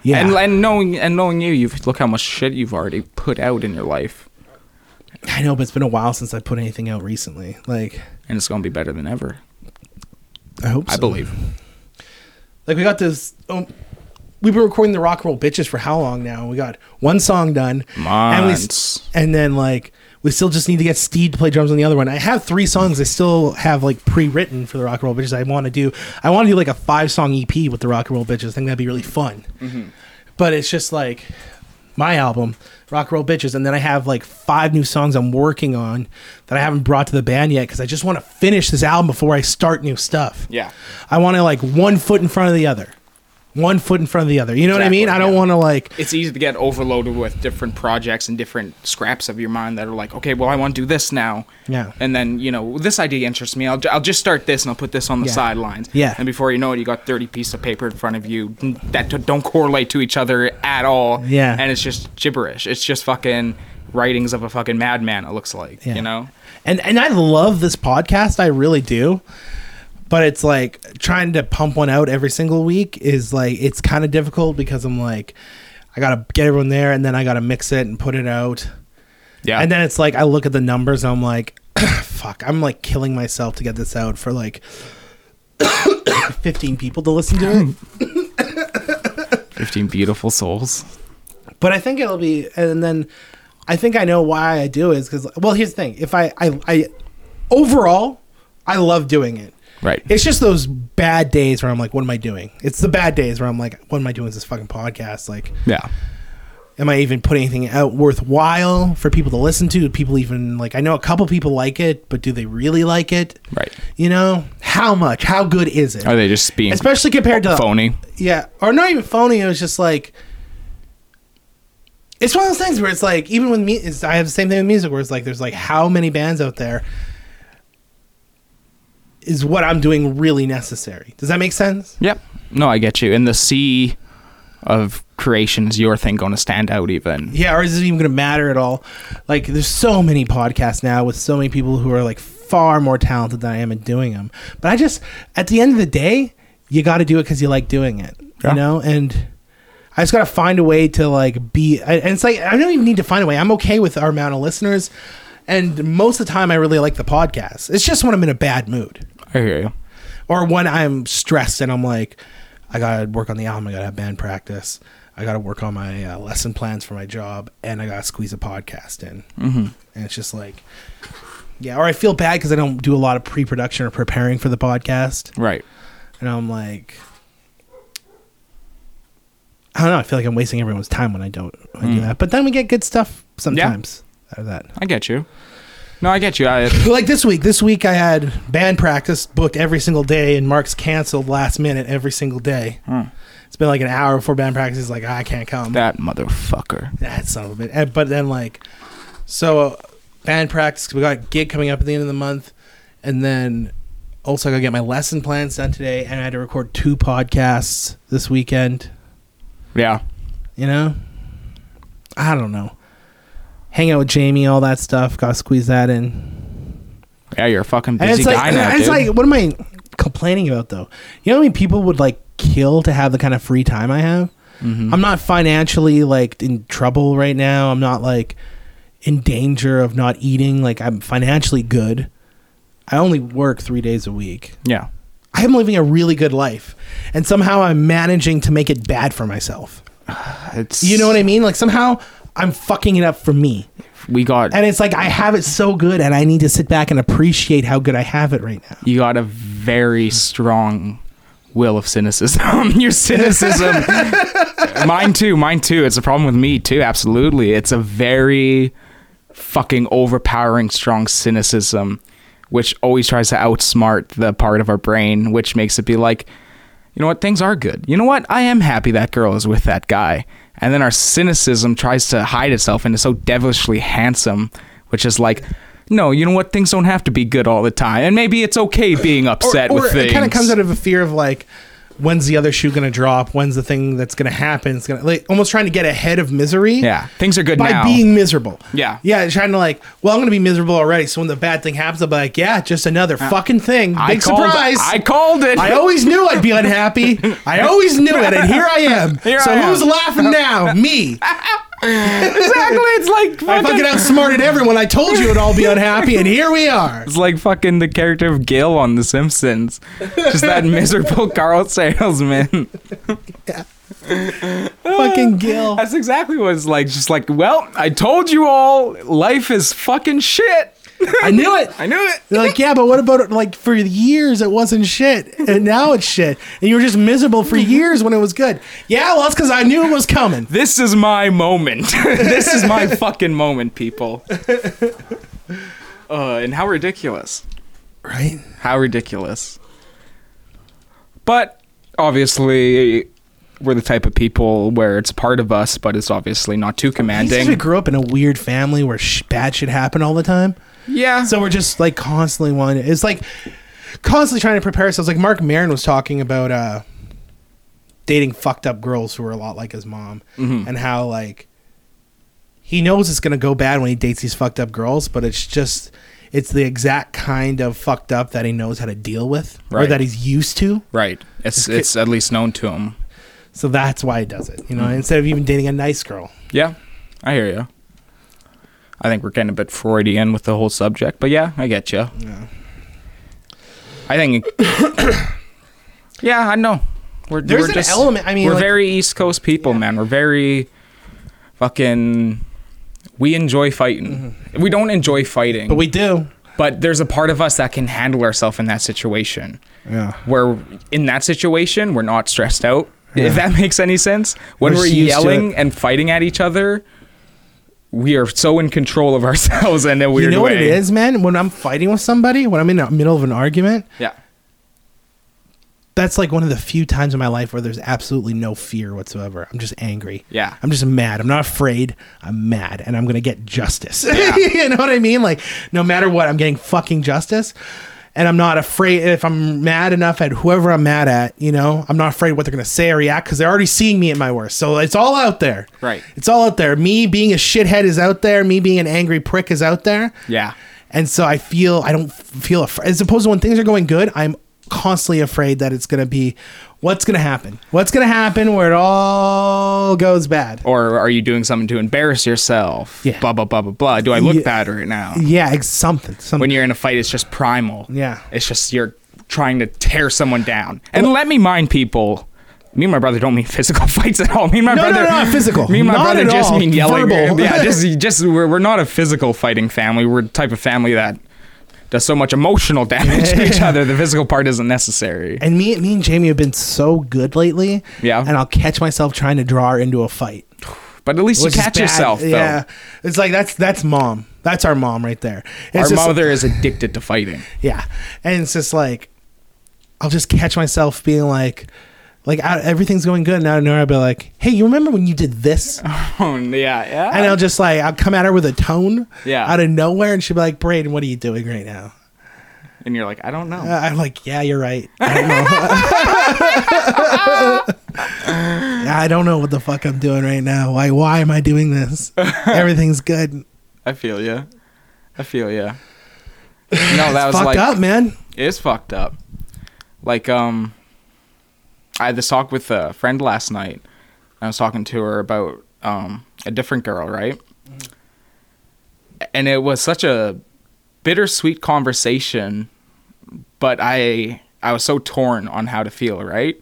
A: yeah.
B: And and knowing and knowing you, you look how much shit you've already put out in your life.
A: I know, but it's been a while since I put anything out recently. Like,
B: and it's gonna be better than ever.
A: I hope.
B: I
A: so.
B: believe.
A: Like, we got this. Um, we've been recording the rock roll bitches for how long now? We got one song done, and we, s-
B: Months.
A: and then like we still just need to get Steve to play drums on the other one. I have three songs I still have like pre-written for the rock roll bitches. I want to do. I want to do like a five-song EP with the rock roll bitches. I think that'd be really fun.
B: Mm-hmm.
A: But it's just like my album, Rock Roll Bitches, and then I have like five new songs I'm working on that I haven't brought to the band yet because I just want to finish this album before I start new stuff.
B: Yeah.
A: I want to like one foot in front of the other, one foot in front of the other. You know what I
B: Exactly,
A: mean? I don't
B: yeah.
A: want to like
B: It's easy to get overloaded with different projects and different scraps of your mind that are like, okay, well, I want to do this now.
A: Yeah.
B: And then, you know, this idea interests me. I'll, ju- I'll just start this and I'll put this on the
A: Yeah.
B: sidelines.
A: Yeah.
B: And before you know it, you got 30 pieces of paper in front of you that d- don't correlate to each other at all.
A: Yeah.
B: And it's just gibberish. It's just fucking writings of a fucking madman, it looks like,
A: Yeah.
B: you know?
A: and and I love this podcast, I really do. But it's like trying to pump one out every single week is like it's kind of difficult because I'm like I gotta get everyone there and then I gotta mix it and put it out.
B: Yeah.
A: And then it's like I look at the numbers and I'm like, fuck, I'm like killing myself to get this out for like 15 people to listen to
B: Hmm.
A: it.
B: 15 beautiful souls.
A: but I think it'll be, and then I think I know why I do is because, well, here's the thing: if I, I, I, overall, I love doing it.
B: Right.
A: It's just those bad days where I'm like, what am I doing? It's the bad days where I'm like, what am I doing with this fucking podcast? Like,
B: Yeah.
A: am I even putting anything out worthwhile for people to listen to? Do people even like? I know a couple people like it, but do they really like it?
B: Right.
A: You know, how much? How good is it?
B: Are they just being
A: Especially compared to
B: phony?
A: yeah, or not even phony. It was just like it's one of those things where it's like even with me, it's, I have the same thing with music where it's like there's like how many bands out there is what I'm doing really necessary? Does that make sense?
B: Yep. No, I get you. In the sea of creation, is your thing going to stand out even?
A: Yeah, or is it even going to matter at all? Like, there's so many podcasts now with so many people who are like far more talented than I am at doing them. But I just, at the end of the day, you got to do it because you like doing it,
B: Yeah.
A: you know? And I just got to find a way to like be, I- and it's like, I don't even need to find a way. I'm okay with our amount of listeners. And most of the time, I really like the podcast. It's just when I'm in a bad mood
B: I hear you.
A: or when I'm stressed and I'm like, I gotta work on the album, I gotta have band practice, I gotta work on my uh, lesson plans for my job, and I gotta squeeze a podcast in. Mm-hmm. And it's just like, yeah, or I feel bad because I don't do a lot of pre production or preparing for the podcast,
B: Right.
A: and I'm like, I don't know, I feel like I'm wasting everyone's time when I don't when I do that. But then we get good stuff sometimes out of that.
B: I get you. No, I get you. I,
A: Like this week, this week I had band practice booked every single day, and Mark's canceled last minute every single day. It's been like an hour before band practice. He's like, I can't come. That,
B: that motherfucker.
A: son of a bitch. And- But then like, so uh, band practice. We got a gig coming up at the end of the month, and then also I gotta get my lesson plans done today, and I had to record two podcasts this weekend.
B: Yeah.
A: You know, I don't know. Hang out with Jamie, all that stuff. Gotta squeeze that in.
B: Yeah, you're a fucking
A: And
B: busy
A: it's like,
B: guy now,
A: and it's
B: dude.
A: like, what am I complaining about though? You know how many people would like kill to have the kind of free time I have?
B: Mm-hmm.
A: I'm not financially like in trouble right now. I'm not like in danger of not eating. Like I'm financially good. I only work three days a week.
B: yeah.
A: I'm living a really good life, and somehow I'm managing to make it bad for myself.
B: It's,
A: You know what I mean? Like somehow I'm fucking it up for me.
B: We got
A: And it's like I have it so good, and I need to sit back and appreciate how good I have it right now.
B: you got a very strong will of cynicism. Your cynicism, mine too, mine too. It's a problem with me too. Absolutely, it's a very fucking overpowering strong cynicism, which always tries to outsmart the part of our brain, which makes it be like, you know what, things are good. You know what, I am happy that girl is with that guy. And then our cynicism tries to hide itself and is so devilishly handsome, which is like. No, you know what? Things don't have to be good all the time, and maybe it's okay being upset with things.
A: It kind of comes out of a fear of like, when's the other shoe going to drop? When's the thing that's going to happen? It's going to like almost trying to get ahead of misery.
B: Yeah, things are good
A: By
B: now.
A: being miserable.
B: Yeah.
A: Yeah. Trying to like, well, I'm going to be miserable already. So when the bad thing happens, I'll be like, yeah, just another fucking thing. Big
B: I called,
A: surprise.
B: I
A: I,
B: called it.
A: always knew I'd be unhappy. I always knew it. And here I am.
B: Here
A: so
B: I am.
A: who's laughing now? Me.
B: exactly. It's like
A: I fucking outsmarted everyone. I told you it'd all be unhappy, and here we are.
B: It's like fucking the character of Gil on The Simpsons. Just that miserable Carl salesman.
A: fucking Gil.
B: That's exactly what it's like. Just like, well, I told you all, life is fucking shit.
A: I knew it.
B: I knew it.
A: They're like, yeah, but what about it? Like for years it wasn't shit, and now it's shit, and you were just miserable for years when it was good. Yeah, well, that's because I knew it was coming.
B: This is my moment. this is my fucking moment, people. Uh, and how ridiculous.
A: Right?
B: How ridiculous. But obviously, we're the type of people where it's part of us, but it's obviously not too
A: Since we
B: commanding.
A: grew up in a weird family where sh- bad shit happened all the time,
B: Yeah.
A: so we're just like constantly wanting. It's like constantly trying to prepare ourselves. Like Mark Maron was talking about uh, dating fucked up girls who were a lot like his mom,
B: Mm-hmm.
A: and how like he knows it's gonna go bad when he dates these fucked up girls, but it's just it's the exact kind of fucked up that he knows how to deal with or
B: Right.
A: that he's used to.
B: right. It's it's at least known to him.
A: So that's why he does it. You know,
B: Mm-hmm.
A: instead of even dating a nice girl.
B: Yeah, I hear you. I think we're getting a bit Freudian with the whole subject, but yeah, I get you.
A: Yeah.
B: I think. yeah, I know. We're,
A: There's
B: we're
A: an
B: just,
A: element- I mean,
B: we're
A: like-
B: very East Coast people, man. We're very fucking. We enjoy fighting. We don't enjoy fighting,
A: Mm-hmm. But we do.
B: but there's a part of us that can handle ourselves in that situation.
A: Yeah.
B: Where in that situation, we're not stressed out. If that makes any sense. When
A: We're
B: we're,
A: just used to
B: yelling and fighting at each other, we are so in control of ourselves in a weird
A: You know what
B: way.
A: it is, man? When I'm fighting with somebody, when I'm in the middle of an argument,
B: Yeah.
A: that's like one of the few times in my life where there's absolutely no fear whatsoever. I'm just angry.
B: Yeah.
A: I'm just mad. I'm not afraid. I'm mad and I'm going to get justice. you know what I mean? Like no matter what, I'm getting fucking justice. And I'm not afraid if I'm mad enough at whoever I'm mad at, you know, I'm not afraid what they're going to say or react cuz they're already seeing me at my worst. So it's all out there.
B: Right.
A: It's all out there. Me being a shithead is out there. Me being an angry prick is out there.
B: Yeah.
A: And so I feel I don't feel afraid. As opposed to when things are going good, I'm constantly afraid that it's going to be what's going to happen. What's going to happen where it all goes bad.
B: Or are you doing something to embarrass yourself?
A: Yeah.
B: Blah, blah, blah, blah, blah. Do I look
A: Yeah.
B: bad right now?
A: Yeah, it's something. Something.
B: When you're in a fight, it's just primal.
A: Yeah.
B: It's just you're trying to tear someone down. And let me mind people. Me and my brother don't mean physical fights at all. Me and my
A: No, no,
B: brother,
A: no, not physical.
B: Me and my
A: Not
B: brother
A: at
B: just
A: all.
B: mean yelling.
A: Verbal.
B: Yeah, just just we're, we're not a physical fighting family. We're the type of family that does so much emotional damage to each other. The physical part isn't necessary.
A: and me, me and Jamie have been so good lately.
B: Yeah.
A: And I'll catch myself trying to draw her into a fight.
B: But at least you
A: which is
B: catch
A: bad.
B: yourself. Though.
A: Yeah. It's like that's that's mom. That's our mom right there.
B: Our
A: It's just-
B: mother is addicted to fighting.
A: Yeah. And it's just like, I'll just catch myself being like, like I, everything's going good. And out of nowhere, I'll be like, hey, you remember when you did this?
B: Oh yeah, yeah.
A: And I'll just like, I'll come at her with a tone
B: Yeah.
A: out of nowhere. And she'll be like, Braden, what are you doing right now?
B: and you're like, I don't know.
A: Uh, I'm like, yeah, you're right. I don't know. I don't know what the fuck I'm doing right now. Why, why am I doing this? Everything's good.
B: I feel you. I feel you. No, that was
A: Fucked
B: like
A: up, man.
B: It is fucked up. Like, um, I had this talk with a friend last night. I was talking to her about um, a different girl, right? And it was such a bittersweet conversation, but I I was so torn on how to feel, right?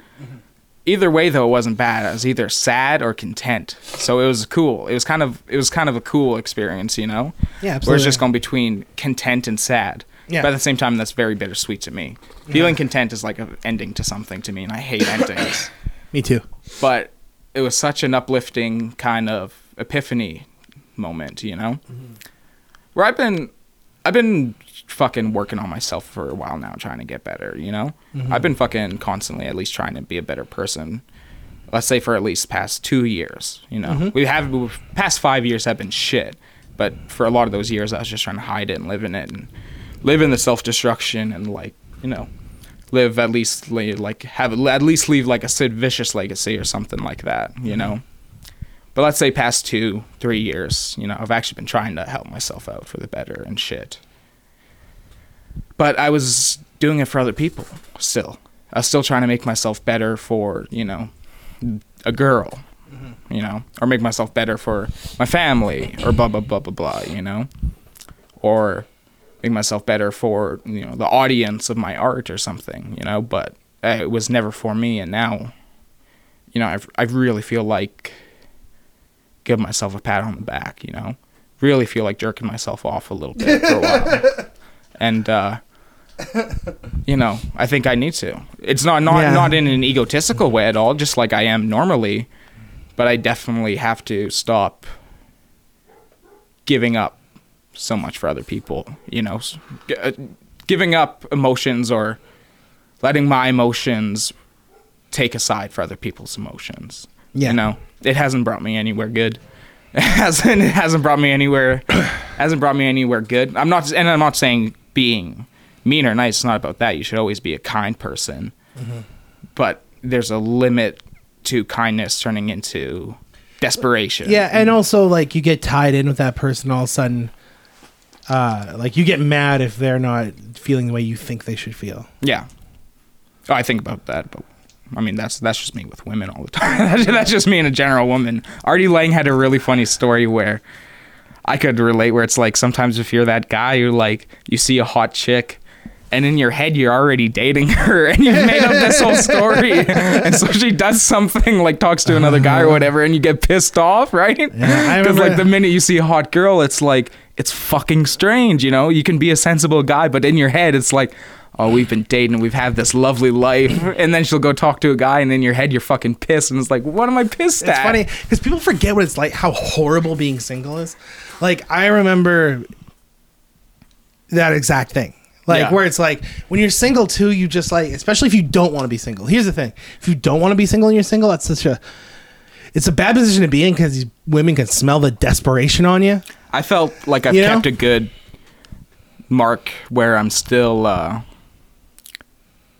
B: Either way, though, it wasn't bad. I was either sad or content, so it was cool. It was kind of it was kind of a cool experience, you know.
A: Yeah,
B: Where it's
A: absolutely.
B: just going between content and sad.
A: Yeah.
B: But at the same time, that's very bittersweet to me. Feeling content is like an ending to something to me, and I hate endings.
A: Me too.
B: But it was such an uplifting kind of epiphany moment, you know,
A: Mm-hmm.
B: where I've been, I've been fucking working on myself for a while now, trying to get better. You know,
A: Mm-hmm.
B: I've been fucking constantly, at least trying to be a better person. Let's say for at least past two years. You know, we have we've- past five years have been shit, but for a lot of those years, I was just trying to hide it and live in it and live in the self destruction and like you know. Live at least lay- like have at least leave like a Sid Vicious legacy or something like that, you know but let's say past two, three years, you know, I've actually been trying to help myself out for the better and shit. But I was doing it for other people still. I was still trying to make myself better for, you know, a girl you know, or make myself better for my family, or blah blah blah blah blah, you know, or make myself better for you know the audience of my art or something, you know. But uh, it was never for me, and now, you know, I I really feel like give myself a pat on the back, you know, really feel like jerking myself off a little bit for a while, and. uh you know, I think I need to. It's not not
A: Yeah.
B: not in an egotistical way at all, just like I am normally, but I definitely have to stop giving up so much for other people, you know, s- g- uh, giving up emotions or letting my emotions take aside for other people's emotions.
A: Yeah.
B: You know, it hasn't brought me anywhere good. It hasn't it hasn't brought me anywhere hasn't brought me anywhere good. I'm not and I'm not saying being mean or nice, it's not about that. You should always be a kind person.
A: Mm-hmm.
B: But there's a limit to kindness turning into desperation.
A: Yeah, and also like you get tied in with that person all of a sudden. Uh, like you get mad if they're not feeling the way you think they should feel.
B: Yeah. Oh, I think about that, but I mean that's that's just me with women all the time. that's just me and a general woman. Artie Lang had a really funny story where I could relate where it's like sometimes if you're that guy who like you see a hot chick and in your head you're already dating her and you've made up this whole story. and so she does something like talks to another guy or whatever and you get pissed off, right?
A: Uh-huh. I
B: Because
A: remember-
B: like the minute you see a hot girl, it's like it's fucking strange, you know? You can be a sensible guy, but in your head it's like Oh, we've been dating. We've had this lovely life, and then she'll go talk to a guy, and in your head, you're fucking pissed, and it's like, what am I pissed
A: It's
B: at?
A: funny because people forget what it's like, how horrible being single is. Like I remember that exact thing. Like
B: Yeah.
A: where it's like when you're single too, you just like, especially if you don't want to be single. Here's the thing: if you don't want to be single and you're single, that's such a it's a bad position to be in because these women can smell the desperation on you.
B: I felt like I've
A: You know?
B: kept a good mark where I'm still. Uh,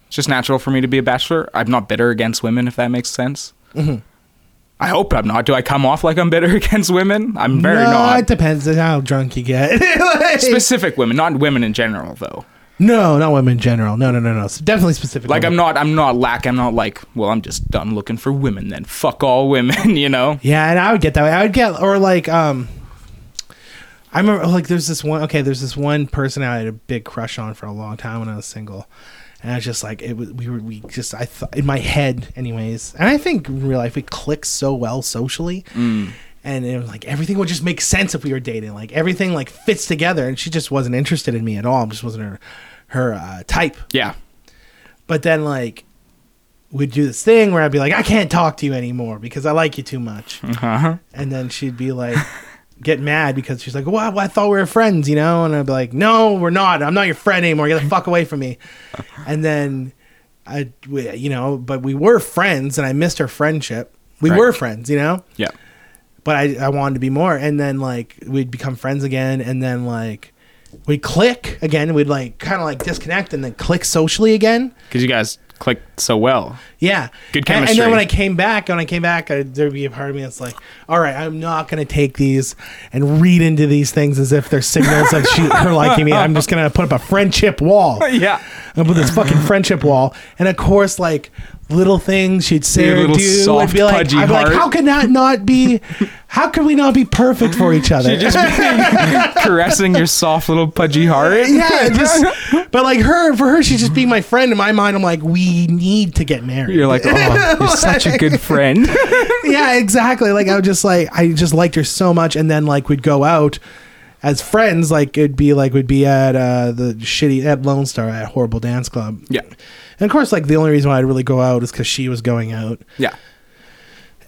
B: it's just natural for me to be a bachelor. I'm not bitter against women, if that makes sense.
A: Mm-hmm.
B: I hope I'm not. Do I come off like I'm bitter against women? I'm very
A: no,
B: not.
A: It depends on how drunk you get. Like-
B: Specific women, not women in general, though.
A: no, not women in general. No, no, no, no. Definitely specific.
B: Like I'm
A: women.
B: not. I'm not lack. I'm not like. Well, I'm just done looking for women. Then fuck all women. You know.
A: Yeah, and I would get that way. I would get or like um I remember like there's this one okay, there's this one person I had a big crush on for a long time when I was single. And I was just like it was we were we just I thought in my head anyways. And I think in real life we click so well socially.
B: Mm.
A: And it was like everything would just make sense if we were dating. Like everything like fits together and she just wasn't interested in me at all. Just wasn't her her uh, type
B: Yeah.
A: but then like we'd do this thing where I'd be like, I can't talk to you anymore because I like you too much.
B: Uh-huh.
A: And then she'd be like, get mad because she's like, well, I thought we were friends, you know? And I'd be like, no, we're not. I'm not your friend anymore. Get the fuck away from me. And then I, we, you know, but we were friends and I missed her friendship. We
B: Right.
A: were friends, you know?
B: Yeah.
A: but I, I wanted to be more. And then like we'd become friends again, and then like we'd click again. and We'd like kind of like disconnect and then click socially again.
B: Because you guys clicked so well.
A: Yeah, And-
B: Good
A: And,
B: chemistry.
A: then when I came back, when I came back, I, there'd be a part of me that's like, all right, I'm not gonna take these and read into these things as if they're signals of she, her liking me. I'm just gonna put up a friendship wall.
B: Yeah.
A: up with this fucking friendship wall. And of course, like little things she'd say
B: Your
A: or
B: little
A: do,
B: soft,
A: I'd be like,
B: pudgy
A: I'd be like,
B: heart.
A: how can that not be? How can we not be perfect for each other?
B: just be caressing your soft little pudgy heart.
A: yeah, just but like her, for her, she's just being my friend. In my mind, I'm like, we need to get married.
B: You're like, oh, you're such a good friend.
A: yeah, exactly. Like I would just like I just liked her so much, and then like we'd go out as friends. Like it'd be like we'd be at uh, the shitty at Lone Star at horrible dance club.
B: Yeah.
A: and of course, like the only reason why I'd really go out is because she was going out.
B: Yeah.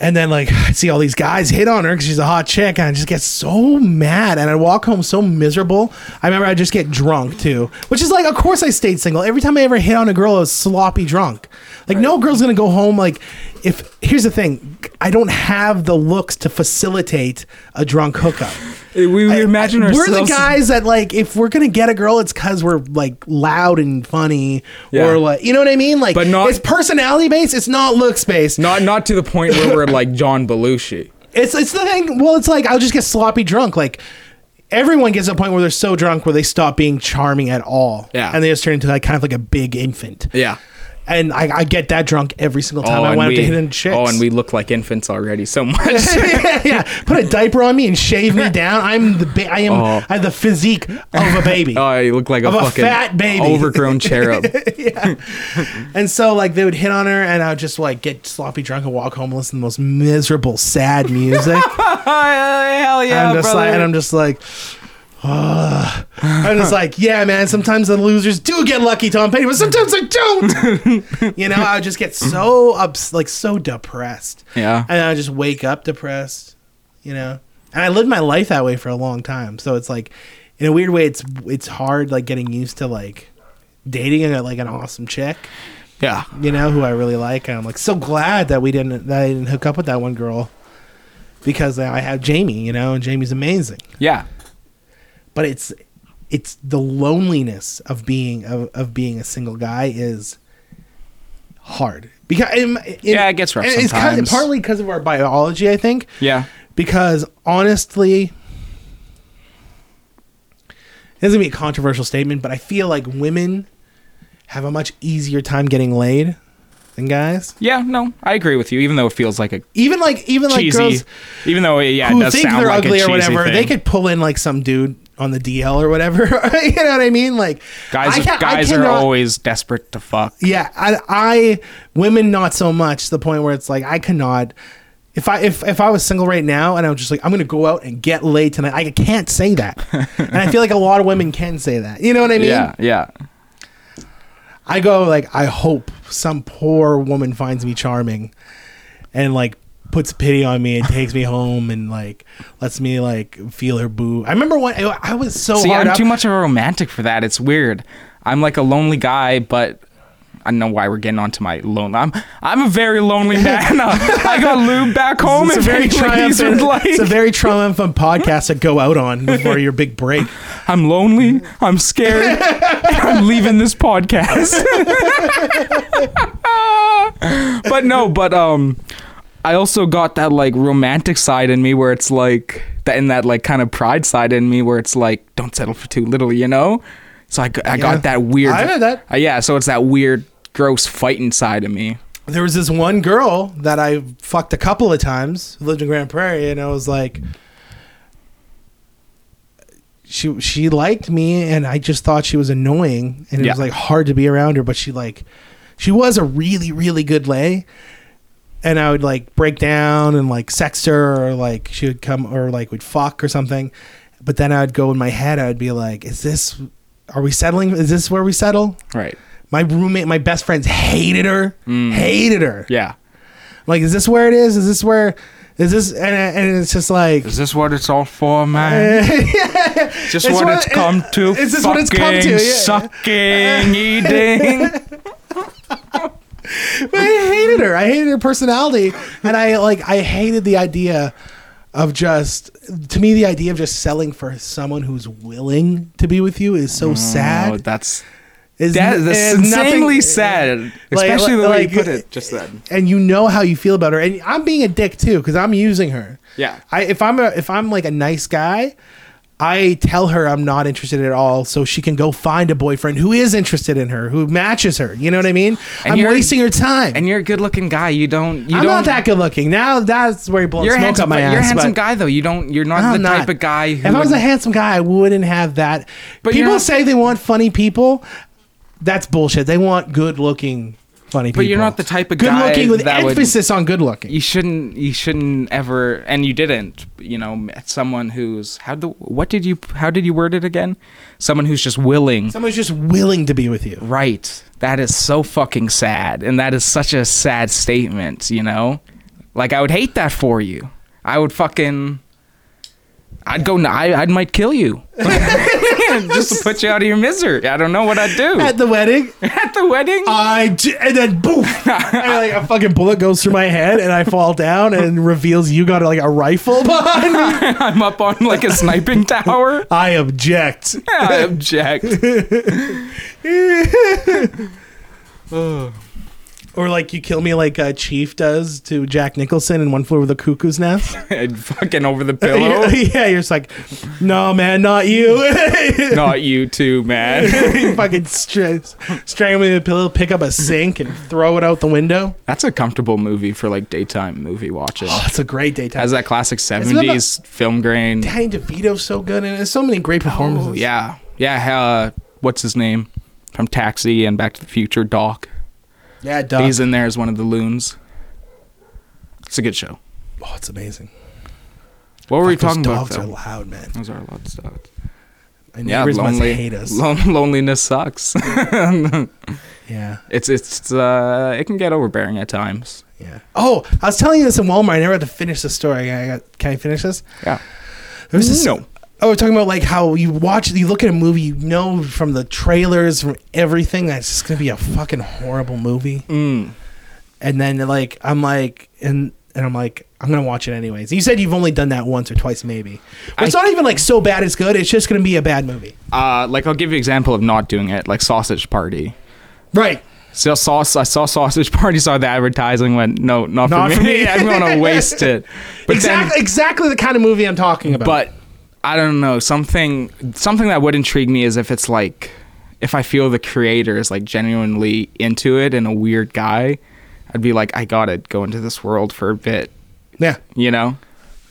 A: And then like I see all these guys hit on her because she's a hot chick, and I just get so mad, and I walk home so miserable. I remember I just get drunk too, which is like, of course I stayed single. Every time I ever hit on a girl, I was sloppy drunk. Like no girl's gonna go home like if here's the thing, I don't have the looks to facilitate a drunk hookup.
B: We, we imagine
A: I-
B: ourselves.
A: We're the guys that like if we're gonna get a girl, it's because we're like loud and funny,
B: Yeah.
A: or like you know what I mean. Like,
B: But not-
A: it's personality based. It's not looks based.
B: Not not to the point where we're like John Belushi.
A: It's it's the thing. Well, it's like I'll just get sloppy drunk. Like everyone gets to a point where they're so drunk where they stop being charming at all.
B: Yeah.
A: and they just turn into like kind of like a big infant.
B: Yeah.
A: and I, I get that drunk every single time I
B: Oh, and
A: went
B: we-
A: up to hidden chicks.
B: Oh, and we look like infants already so much.
A: yeah, put a diaper on me and shave me down. I'm the ba- I am
B: Oh.
A: I have the physique of a baby.
B: oh, you look like a
A: Of a
B: fucking
A: fat baby.
B: overgrown cherub.
A: And so like they would hit on her and I would just like get sloppy drunk and walk home and listen to the most miserable sad music.
B: Oh, Hell yeah,
A: I'm just
B: brother.
A: like and I'm just like ugh. I'm just like, yeah, man. Sometimes the losers do get lucky, Tom Petty, but sometimes they don't. you know, I would just get so ups, like so depressed,
B: yeah.
A: and I would just wake up depressed. You know, and I lived my life that way for a long time. So it's like, in a weird way, it's it's hard like getting used to like dating a, like an awesome chick
B: yeah.
A: you know, who I really like. And I'm like so glad that we didn't that I didn't hook up with that one girl because I have Jamie, you know, and Jamie's amazing.
B: Yeah.
A: But it's it's the loneliness of being of, of being a single guy is hard because in, in-
B: Yeah, it gets rough
A: and It's kind of,
B: sometimes.
A: partly because of our biology, I think.
B: Yeah.
A: Because honestly, this is gonna be a controversial statement, but I feel like women have a much easier time getting laid than guys.
B: Yeah, no, I agree with you. Even though it feels like a
A: even like even like
B: cheesy,
A: girls
B: even though yeah, it
A: who
B: does
A: think
B: sound
A: they're
B: like a
A: ugly
B: cheesy
A: or whatever,
B: thing.
A: they could pull in like some dude on the DL or whatever. you know what I mean? Like I
B: guys,
A: can't- I
B: guys are
A: cannot-
B: always desperate to fuck.
A: yeah. I, I women not so much to the point where it's like I cannot. If I if, if I was single right now and I was just like I'm gonna go out and get laid tonight, I can't say that, and I feel like a lot of women can say that. You know what I mean?
B: Yeah, yeah,
A: I go like I hope some poor woman finds me charming and like puts pity on me and takes me home and like lets me like feel her boo. I remember when I, I was so
B: See,
A: hard
B: I'm
A: up.
B: too much of a romantic for that. It's weird. I'm like a lonely guy, but I don't know why we're getting onto my lonely. I'm I'm a very lonely man. I got lube back home.
A: it's a
B: and
A: very triumphant,
B: Like,
A: it's a very triumphant podcast to go out on before your big break.
B: I'm lonely. I'm scared. I'm leaving this podcast. but no, but um, I also got that like romantic side in me where it's like that, and that like kind of pride side in me where it's like don't settle for too little, you know. So I, g- I
A: Yeah.
B: got that weird.
A: I know that.
B: Uh, yeah, so it's that weird, gross fighting side of me.
A: There was this one girl that I fucked a couple of times, who lived in Grand Prairie, and I was like she she liked me and I just thought she was annoying and it was
B: Yeah.
A: like hard to be around her, but she like she was a really, really good lay. And I would like break down and like sext her or like she would come or like we'd fuck or something. But then I'd go in my head, I would be like, Is this are we settling? Is this where we settle?
B: Right.
A: My roommate, my best friends hated her. Hated her.
B: Mm. Yeah.
A: Like, is this where it is? Is this where? Is this? And, and it's just like,
B: Is this what it's all for, man? Just
A: It's
B: what,
A: what-
B: it's come to.
A: is this what it's come
B: fucking,
A: to, yeah.
B: Sucking, eating.
A: I hated her. I hated her personality, and I like, I hated the idea of just. To me, the idea of just selling for someone who's willing to be with you is so
B: Oh,
A: sad.
B: that's
A: Is
B: that is insanely sad,
A: eh, like-
B: especially the way
A: like-
B: you put it just then.
A: and you know how you feel about her and i'm being a dick too because i'm using her
B: Yeah.
A: i if i'm a if i'm like a nice guy i tell her i'm not interested at all so she can go find a boyfriend who is interested in her who matches her you know what i mean
B: And
A: i'm
B: you're-
A: wasting her time
B: And you're a good-looking guy. You don't. You
A: i'm
B: don't,
A: not that good looking now that's where he blows
B: You're a
A: smoke
B: handsome.
A: up my
B: but
A: ass
B: you're a handsome
A: but
B: guy, though. You don't. You're not
A: I'm
B: the
A: not.
B: type of guy. Who
A: if i was a
B: would-
A: handsome guy i wouldn't have that
B: But you're
A: people
B: not-
A: say they want funny people that's bullshit they want good looking funny people
B: But you're not the type of
A: good
B: guy
A: looking with
B: that would-
A: emphasis on good looking
B: you shouldn't. You shouldn't ever. And you didn't. You know, met someone who's how the what did you how did you word it again? Someone who's just willing.
A: Someone's just willing to be with you.
B: Right. That is so fucking sad. And that is such a sad statement, you know? Like I would hate that for you. I would fucking I'd go I I might kill you. Just to put you out of your misery. I don't know what I'd
A: At
B: do. At,
A: the wedding,
B: the wedding?
A: I j- and then boom, and like a fucking bullet goes through my head, and I fall down, and reveals you got like a rifle behind me.
B: I'm up on like a sniping tower.
A: I object.
B: I object.
A: Or like you kill me like uh, Chief does to Jack Nicholson in One Flew Over the Cuckoo's Nest.
B: And fucking over the
A: yeah,
B: pillow.
A: yeah, you're just like, no, man, not you.
B: Not you too, man.
A: You fucking stra- strangle me with a pillow, pick up a sink, and throw it out the window.
B: That's a comfortable movie for like daytime movie watching.
A: Oh, it's a great daytime.
B: Has that classic
A: Isn't that
B: 70s film grain.
A: Danny DeVito's so good, and there's so many great performances.
B: Oh, yeah. Yeah. Uh, what's his name? From Taxi and Back to the Future, Doc.
A: yeah, Doc.
B: He's in there as one of the loons. It's a good show.
A: oh, it's amazing.
B: What were we
A: Fuck, those
B: talking about?
A: Dogs
B: though?
A: are loud, man.
B: Those are a lot of stuff.
A: And
B: Yeah,
A: neighbors must
B: lonely,
A: hate us.
B: lon- loneliness sucks.
A: yeah,
B: it's it's uh, it can get overbearing at times.
A: yeah. Oh, I was telling you this in Walmart. I never had to finish the story. I got, can I finish this?
B: Yeah.
A: There was this,
B: No.
A: Oh, we're talking about like how you watch, you look at a movie, you know from the trailers, from everything, that it's just gonna be a fucking horrible movie.
B: Mm.
A: And then like I'm like, and and I'm like, I'm gonna watch it anyways. You said you've only done that once or twice, maybe. But it's
B: I-
A: not even like so bad it's good. It's just gonna be a bad movie.
B: Uh, like I'll give you an example of not doing it, like Sausage Party.
A: Right.
B: So sauce, I saw Sausage Party, saw the advertising, went no, not,
A: Not
B: for,
A: for
B: me.
A: me.
B: I'm gonna waste it. But
A: exactly.
B: Then,
A: exactly the kind of movie I'm talking about.
B: but I don't know. Something something that would intrigue me is if it's like if I feel the creator is like genuinely into it and a weird guy, I'd be like, I gotta go into this world for a bit,
A: yeah,
B: you know.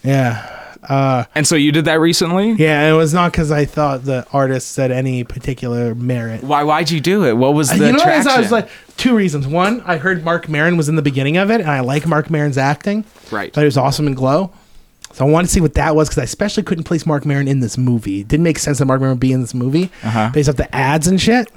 A: yeah. Uh,
B: And so you did that recently.
A: Yeah, and it was not because I thought the artist had any particular merit.
B: Why? Why'd you do it? What was the
A: Uh, you know, as
B: attraction?
A: I was like, two reasons. One, I heard Mark Maron was in the beginning of it, and I like Mark Maron's acting.
B: Right.
A: thought he was awesome in Glow. So I wanted to see what that was because I especially couldn't place Mark Maron in this movie. It didn't make sense that Mark Maron would be in this movie
B: Uh-huh.
A: based off the ads and shit.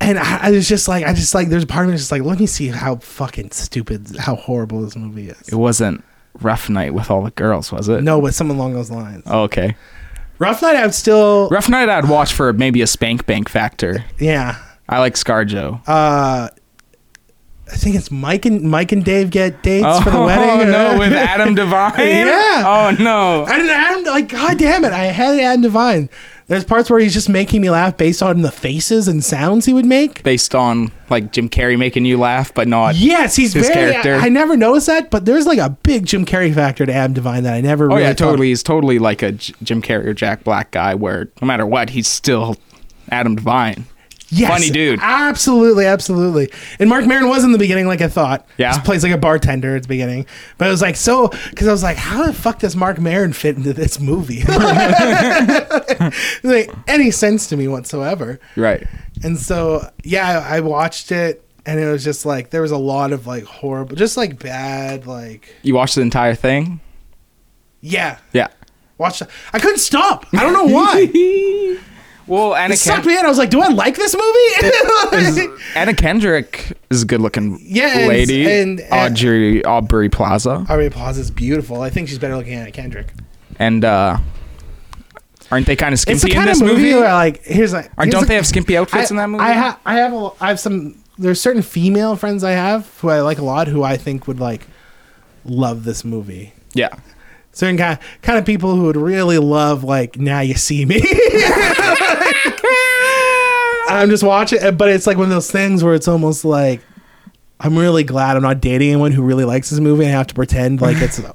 A: And I, I was just like, I just like, there's a part of me that's just like, let me see how fucking stupid, how horrible this movie is.
B: it wasn't rough night with all the girls, was it?
A: No, but something along those lines.
B: Oh, okay.
A: Rough Night Out still,
B: Rough night. I'd watch for maybe a spank bank factor.
A: yeah.
B: I like ScarJo.
A: uh I think it's Mike and Mike and Dave get dates for the wedding. or-
B: Oh no, with Adam Devine.
A: Yeah.
B: Oh no.
A: I didn't Adam like God damn it! I had Adam Devine. There's parts where he's just making me laugh based on the faces and sounds he would make.
B: Based on like Jim Carrey making you laugh, but not.
A: Yes, he's
B: His
A: very.
B: character.
A: I, I never noticed that, but there's like a big Jim Carrey factor to Adam Devine that I never.
B: Oh
A: really
B: yeah,
A: thought-
B: totally. He's totally like a J- Jim Carrey or Jack Black guy, where no matter what, he's still Adam Devine.
A: Yes,
B: Funny dude.
A: Absolutely, absolutely. And Mark Maron was in the beginning, like I thought.
B: Yeah.
A: Just plays like a bartender at the beginning. But it was like, so, because I was like, how the fuck does Mark Maron fit into this movie? It didn't make any sense to me whatsoever.
B: Right.
A: And so, yeah, I, I watched it and it was just like, there was a lot of like horrible, just like bad, like,
B: You watched the entire thing.
A: yeah.
B: Yeah.
A: Watch that. I couldn't stop. I don't know why.
B: well, Anna,
A: it sucked
B: Ken-
A: me in. I was like, do I like this movie?
B: Anna Kendrick is a good-looking
A: Yeah, and-
B: lady.
A: and- uh, and-
B: Audrey Aubrey Plaza,
A: Aubrey Plaza is beautiful. I think she's better looking than Kendrick.
B: and uh, aren't they kind of skimpy
A: It's the
B: in
A: kind
B: this
A: of movie,
B: movie?
A: where like here's like
B: Or
A: here's
B: don't
A: a-
B: they have skimpy
A: I,
B: outfits in that movie?
A: I have I have a, I have some there's certain female friends I have who I like a lot who I think would like love this movie.
B: yeah.
A: Certain kind kind of people who would really love like now you see me. I'm just watching, eh, but it's like one of those things where it's almost like I'm really glad I'm not dating anyone who really likes this movie. and I have to pretend like it's. I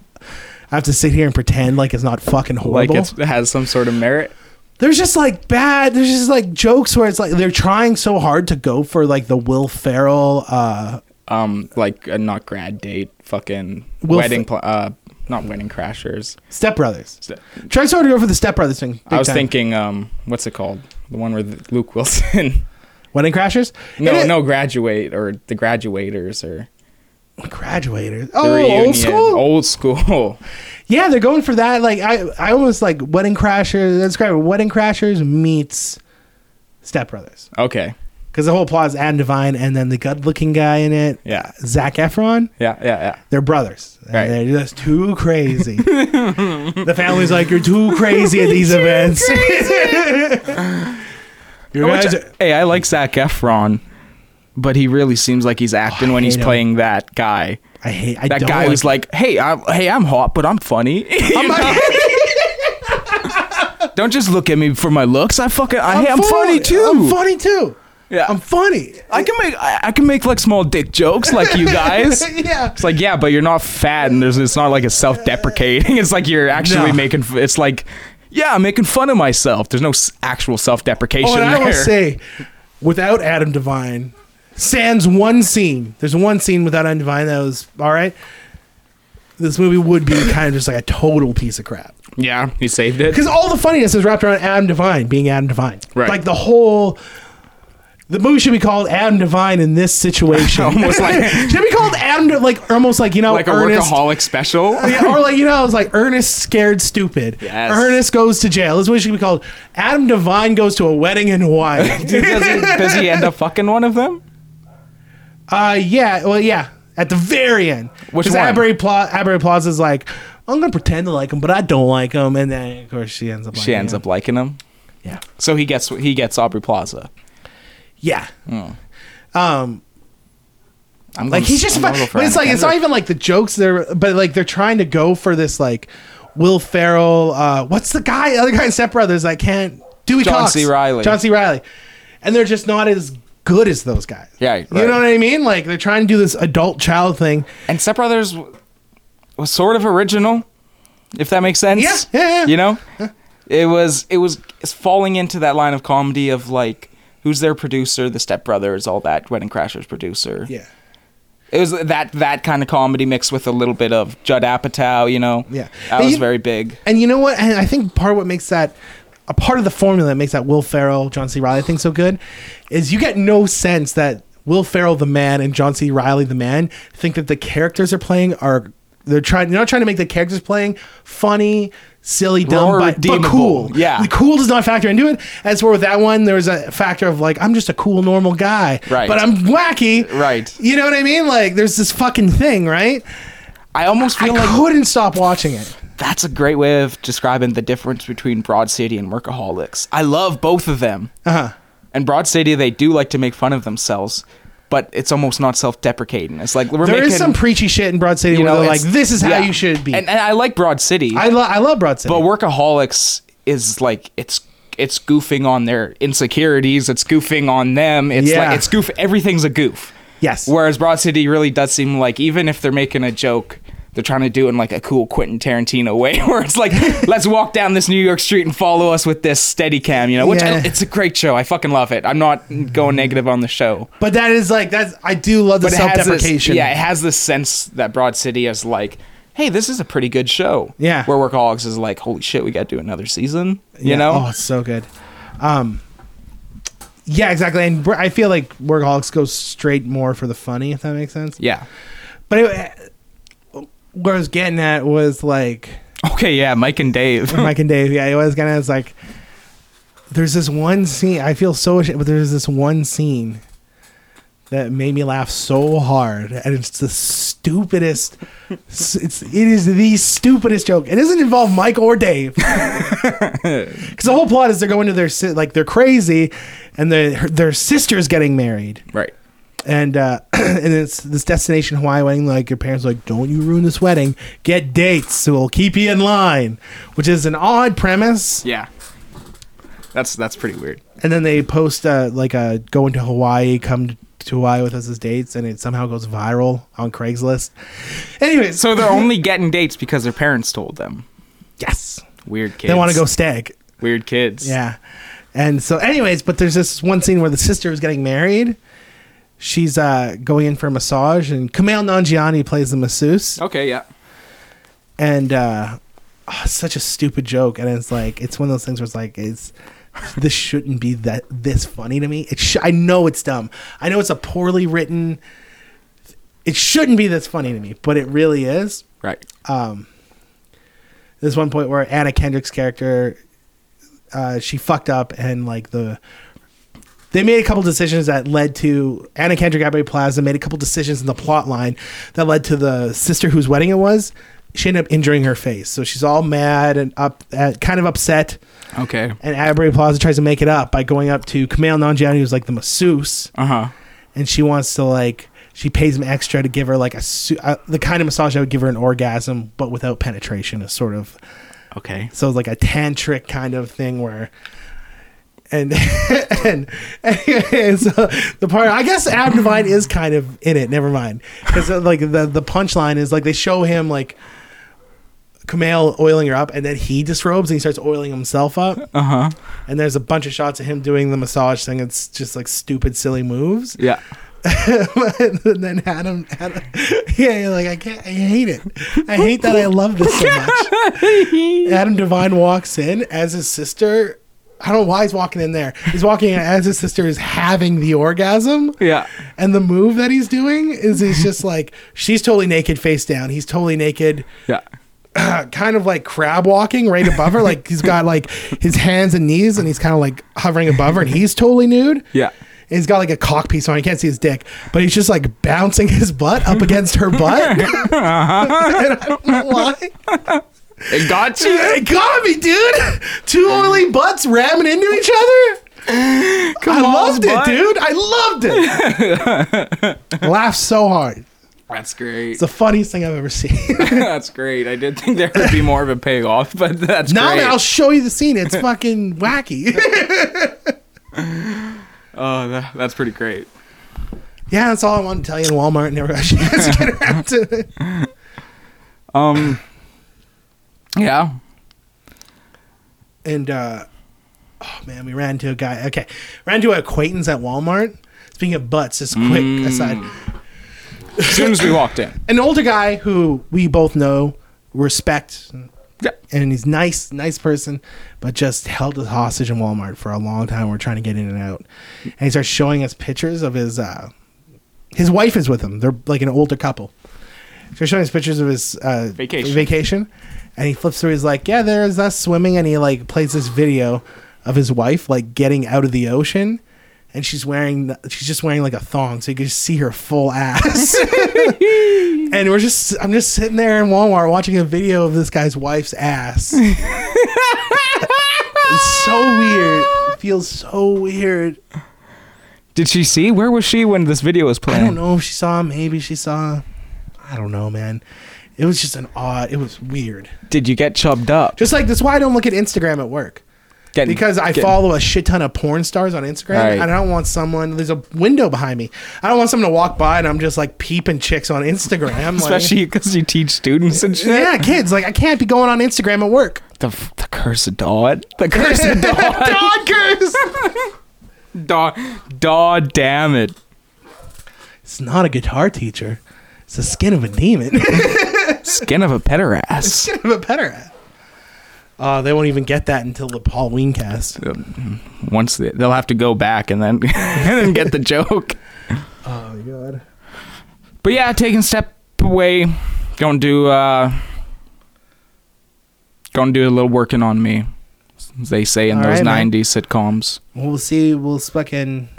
A: have to sit here and pretend like it's not fucking
B: Like
A: horrible.
B: it's, it has some sort of merit.
A: there's just like bad there's just like jokes where it's like they're trying so hard to go for like the will ferrell uh
B: Um, like a not grad date, fucking
A: Will
B: wedding,
A: Fe-
B: pla uh, not wedding crashers.
A: step brothers
B: Ste-
A: trying so hard to go for the step brothers thing big
B: I was
A: time.
B: thinking, um, what's it called? The one where the, Luke Wilson.
A: wedding crashers
B: no,
A: And it-
B: no, graduate or the graduators or
A: graduators
B: the
A: oh
B: reunion.
A: old school
B: Old school.
A: yeah they're going for that like i i almost like wedding crashers that's great wedding crashers meets step brothers
B: Okay.
A: because the whole plot is adam devine and then the good looking guy in it
B: Yeah.
A: zach efron
B: Yeah. Yeah. Yeah.
A: They're brothers. And
B: Right.
A: They're just too crazy. the family's like, you're too crazy at these events. you
B: Which-
A: guys are-
B: hey, I like Zach Efron, but he really seems like he's acting
A: Oh, I
B: when he's
A: hate him.
B: playing that guy.
A: I hate. I
B: That
A: don't
B: guy who's like, "Hey, I'm hey, I'm hot, but I'm funny. You know? Don't just look at me for my looks. I fucking I, hey, I'm funny too. Uh,
A: I'm funny too.
B: Yeah.
A: I'm funny.
B: I can make I, I can make like small dick jokes like you guys.
A: yeah.
B: It's like yeah, but you're not fat, and there's it's not like it's self-deprecating. It's like you're actually
A: No.
B: making. f- It's like yeah, I'm making fun of myself. There's no s- actual self-deprecation
A: Oh, and I
B: there.
A: will say, without Adam Devine, sans one scene. There's one scene without Adam Devine that was all right. This movie would be kind of just like a total piece of crap
B: yeah, he saved it.
A: because all the funniness is wrapped around Adam Devine being Adam Devine.
B: Right.
A: Like the whole. The movie should be called Adam Devine in this situation.
B: Almost like-
A: should be called Adam, De- like almost like you know,
B: Like a
A: Ernest-
B: workaholic special.
A: yeah, or like you know, I was like Ernest scared stupid.
B: Yes.
A: Ernest goes to jail. This is what it should be called. Adam Devine goes to a wedding in Hawaii.
B: Dude, does, he, does he end up fucking one of them?
A: uh, yeah, well, yeah, at the very end,
B: Which
A: Because
B: one?
A: Aberry Pla- Aberry Plaza is like, I'm gonna pretend to like him, but I don't like him, and then of course she ends up.
B: She ends up liking him.
A: Yeah.
B: So he gets he gets Aubrey Plaza.
A: Yeah.
B: Hmm.
A: Um,
B: I'm
A: like
B: gonna-
A: he's just,
B: I'm
A: fun.
B: gonna go for
A: but it's
B: Anna
A: like it's not
B: Kendrick.
A: even like the jokes there, but like they're trying to go for this like Will Ferrell. Uh, what's the guy? The other guy in Step Brothers that can't Dewey
B: John
A: Cox,
B: C. Reilly.
A: John C. Riley, and they're just not as good as those guys.
B: Yeah,
A: you
B: right.
A: know what I mean? Like they're trying to do this adult child thing.
B: and Step Brothers was sort of original, if that makes sense.
A: Yeah, yeah, yeah.
B: You know, it was it was it's falling into that line of comedy of like who's their producer, the Step Brothers, all that Wedding Crashers producer.
A: Yeah,
B: It was that that kind of comedy mixed with a little bit of Judd Apatow. You know,
A: Yeah.
B: that
A: And
B: was
A: you-
B: very big.
A: and you know what? And I think part of what makes that. A part of the formula that makes that Will Ferrell, John C. Riley thing so good is you get no sense that Will Ferrell, the man, and John C. Riley, the man, think that the characters are playing are they're trying they're not trying to make the characters playing funny, silly, dumb,
B: Or
A: but, but
B: redeemable.
A: cool.
B: Yeah.
A: the cool does not factor into it. As where with that one, there was a factor of like I'm just a cool normal guy,
B: Right.
A: But I'm wacky,
B: Right.
A: You know what I mean? Like there's this fucking thing, right?
B: I almost
A: I
B: feel like
A: couldn't stop watching it.
B: that's a great way of describing the difference between Broad City and Workaholics. I love both of them.
A: Uh huh.
B: And Broad City, they do like to make fun of themselves, but it's almost not self-deprecating. It's like we're
A: There is
B: making
A: some preachy shit in Broad City where they're like,
B: it's-
A: "This is how
B: yeah.
A: you should be."
B: And, and I like Broad City,
A: I, lo- I love Broad City.
B: but Workaholics is like it's it's goofing on their insecurities. It's goofing on them. It's
A: Yeah.
B: like it's goof. Everything's a goof.
A: yes,
B: Whereas Broad City really does seem like even if they're making a joke, they're trying to do it in like a cool Quentin Tarantino way, where it's like, let's walk down this New York street and follow us with this steady cam, you know, which I,
A: Yeah.
B: it's a great show. I fucking love it. I'm not going negative on the show.
A: but that is like that's I do love the
B: But it has this,
A: self-deprecation.
B: yeah, it has this sense that Broad City is like, hey, this is a pretty good show.
A: Yeah.
B: Where Workaholics is like, holy shit, we got to do another season, you
A: Yeah.
B: know?
A: oh, it's so good. Um, yeah, exactly. And Br- I feel like Workaholics goes straight more for the funny, if that makes sense.
B: Yeah.
A: But anyway, what I was getting at was like
B: Okay, yeah, Mike and Dave.
A: Mike and Dave. Yeah, it was kind of like there's this one scene. I feel so ashamed, but there's this one scene that made me laugh so hard, and it's the stupidest. s- It's it is the stupidest joke. It doesn't involve Mike or Dave, because the whole plot is they're going to their si- like they're crazy, and their her- their sister's getting married.
B: right.
A: And uh, and it's this destination Hawaii wedding. Like your parents, are like don't you ruin this wedding. Get dates, so we'll keep you in line, which is an odd premise.
B: Yeah. That's that's pretty weird.
A: and then they post uh, like a going to Hawaii, come to Hawaii with us as dates, and it somehow goes viral on Craigslist. Anyways,
B: So they're only getting dates because their parents told them.
A: yes,
B: Weird kids.
A: they want to go stag.
B: Weird kids.
A: Yeah, and so anyways, but there's this one scene where the sister is getting married. She's uh, going in for a massage, and Kumail Nanjiani plays the masseuse,
B: Okay. Yeah.
A: and uh, ah, such a stupid joke. And it's like it's one of those things where it's like it's. this shouldn't be that this funny to me. It sh- I know it's dumb. I know it's a poorly written. It shouldn't be this funny to me, but it really is.
B: Right.
A: Um, there's one point where Anna Kendrick's character, uh, she fucked up and like the. They made a couple decisions that led to Anna Kendrick Abbey Plaza made a couple decisions in the plot line that led to the sister whose wedding it was. She ended up injuring her face, so she's all mad and up, uh, kind of upset.
B: Okay.
A: Uh, And Aberry Plaza tries to make it up by going up to Kumail Nanjiani, who's like the masseuse,
B: Uh huh.
A: and she wants to like she pays him extra to give her like a su- uh, the kind of massage that would give her an orgasm, but without penetration. Is sort of
B: Okay.
A: so it's like a tantric kind of thing where and and, and so the part I guess Adam Devine is kind of in it. Never mind, because like the the punchline is like they show him like Kumail oiling her up, and then he disrobes and he starts oiling himself up.
B: Uh huh.
A: And there's a bunch of shots of him doing the massage thing. It's just like stupid, silly moves.
B: Yeah.
A: and then Adam, Adam yeah, you're like I can't, I hate it. I hate that I love this so much. Adam Devine walks in as his sister. I don't know why he's walking in there. He's walking in as his sister is having the orgasm.
B: Yeah.
A: And the move that he's doing is he's just like she's totally naked, face down. He's totally naked uh,
B: Yeah.
A: kind of like crab walking right above her. Like he's got like his hands and knees, and he's kind of like hovering above her, and he's totally nude.
B: Yeah.
A: And he's got like a cock piece on. You can't see his dick, but he's just like bouncing his butt up against her butt. and I don't know why.
B: It got
A: Dude,
B: you.
A: it gotta be, dude. Two oily butts ramming into each other. I
B: Kamal's
A: loved it,
B: butt.
A: dude. I loved it. Laughed so hard.
B: That's great.
A: It's the funniest thing I've ever seen.
B: that's great. I did think there would be more of a payoff, but that's
A: Now
B: great.
A: I'll show you the scene. It's fucking wacky.
B: oh, that, that's pretty great.
A: Yeah, that's all I wanted to tell you in Walmart. Never got a chance to get around to it.
B: Um. Yeah.
A: And uh, oh man, we ran into a guy. Okay, ran into an acquaintance at Walmart. Speaking of butts, just quick aside.
B: As soon as we walked in.
A: An older guy who we both know, respect,
B: Yeah.
A: and he's nice, nice person, but just held us hostage in Walmart for a long time. We're trying to get in and out, and he starts showing us pictures of his. Uh, his wife is with him. They're like an older couple. So he's showing us pictures of his uh,
B: Vacation.
A: vacation, and he flips through. He's like, "Yeah, there's us swimming," and he like plays this video of his wife like getting out of the ocean. And she's wearing, she's just wearing like a thong, so you can just see her full ass. and we're just, I'm just sitting there in Walmart watching a video of this guy's wife's ass. It's so weird. It feels so weird.
B: Did she see? Where was she when this video was
A: I
B: playing?
A: don't know if she saw him. Maybe she saw. him. I don't know, man. It was just an odd. It was weird.
B: Did you get chubbed up?
A: Just like that's why I don't look at Instagram at work
B: Getting-
A: because I
B: getting-
A: follow a shit ton of porn stars on Instagram.
B: Right.
A: And I don't want someone. There's a window behind me. I don't want someone to walk by and I'm just like peeping chicks on Instagram.
B: Especially because you teach students and shit.
A: Like, yeah, kids. Like I can't be going on Instagram at work.
B: The, f- the curse of Dodd. The curse of Dodd.
A: Doggers.
B: Daw, daw, damn it.
A: It's not a guitar teacher. It's the skin of a demon.
B: Skin of a pederass.
A: Skin of a better at. Uh, they won't even get that until the Paul Weencast.
B: Once they, they'll have to go back and then and then get the joke.
A: Oh my god.
B: But yeah, taking a step away, going to do uh, going to do a little working on me, as they say in
A: All
B: those
A: right, man.
B: '90s sitcoms.
A: Well, we'll see. We'll fucking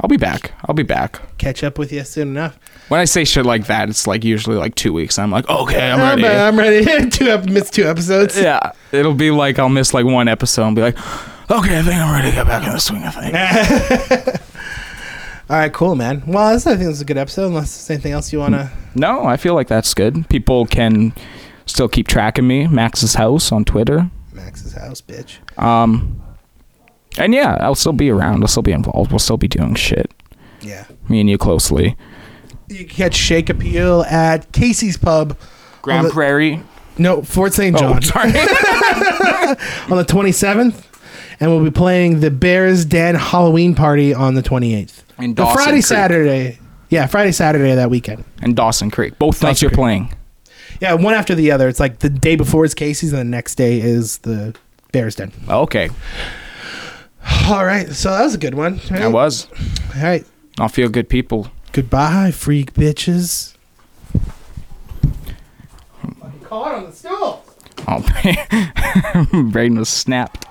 B: I'll be back. I'll be back.
A: catch up with you soon enough.
B: When I say shit like that, it's like usually like two weeks. I'm like, okay, I'm ready.
A: Oh, I'm ready. two ep- missed two episodes.
B: Yeah, it'll be like I'll miss like one episode and be like, okay, I think I'm ready to get back in the swing of things.
A: All right, cool, man. Well, this, I think this is a good episode. Unless there's anything else you wanna.
B: No, I feel like that's good. People can still keep track of me, Max's house on Twitter.
A: Max's house, bitch.
B: Um, and yeah, I'll still be around. I'll still be involved. We'll still be doing shit.
A: Yeah.
B: Me and you closely.
A: You can catch Shake Appeal at Casey's Pub.
B: Grand
A: the-
B: Prairie.
A: No, Fort St.
B: Oh,
A: John
B: sorry.
A: on the 27th, and we'll be playing the Bears Den Halloween party on the 28th.
B: In
A: the
B: Dawson
A: Friday,
B: Creek.
A: Saturday. Yeah, Friday, Saturday of that weekend.
B: and Dawson Creek. Both nights
A: Dawson
B: you're
A: Creek.
B: playing.
A: Yeah, one after the other. It's like the day before is Casey's, and the next day is the Bears Den.
B: Okay,
A: All right, so that was a good one.
B: I was.
A: All right,
B: I'll feel good people.
A: goodbye, freak bitches. Caught on the stool.
B: Oh, brain was snapped.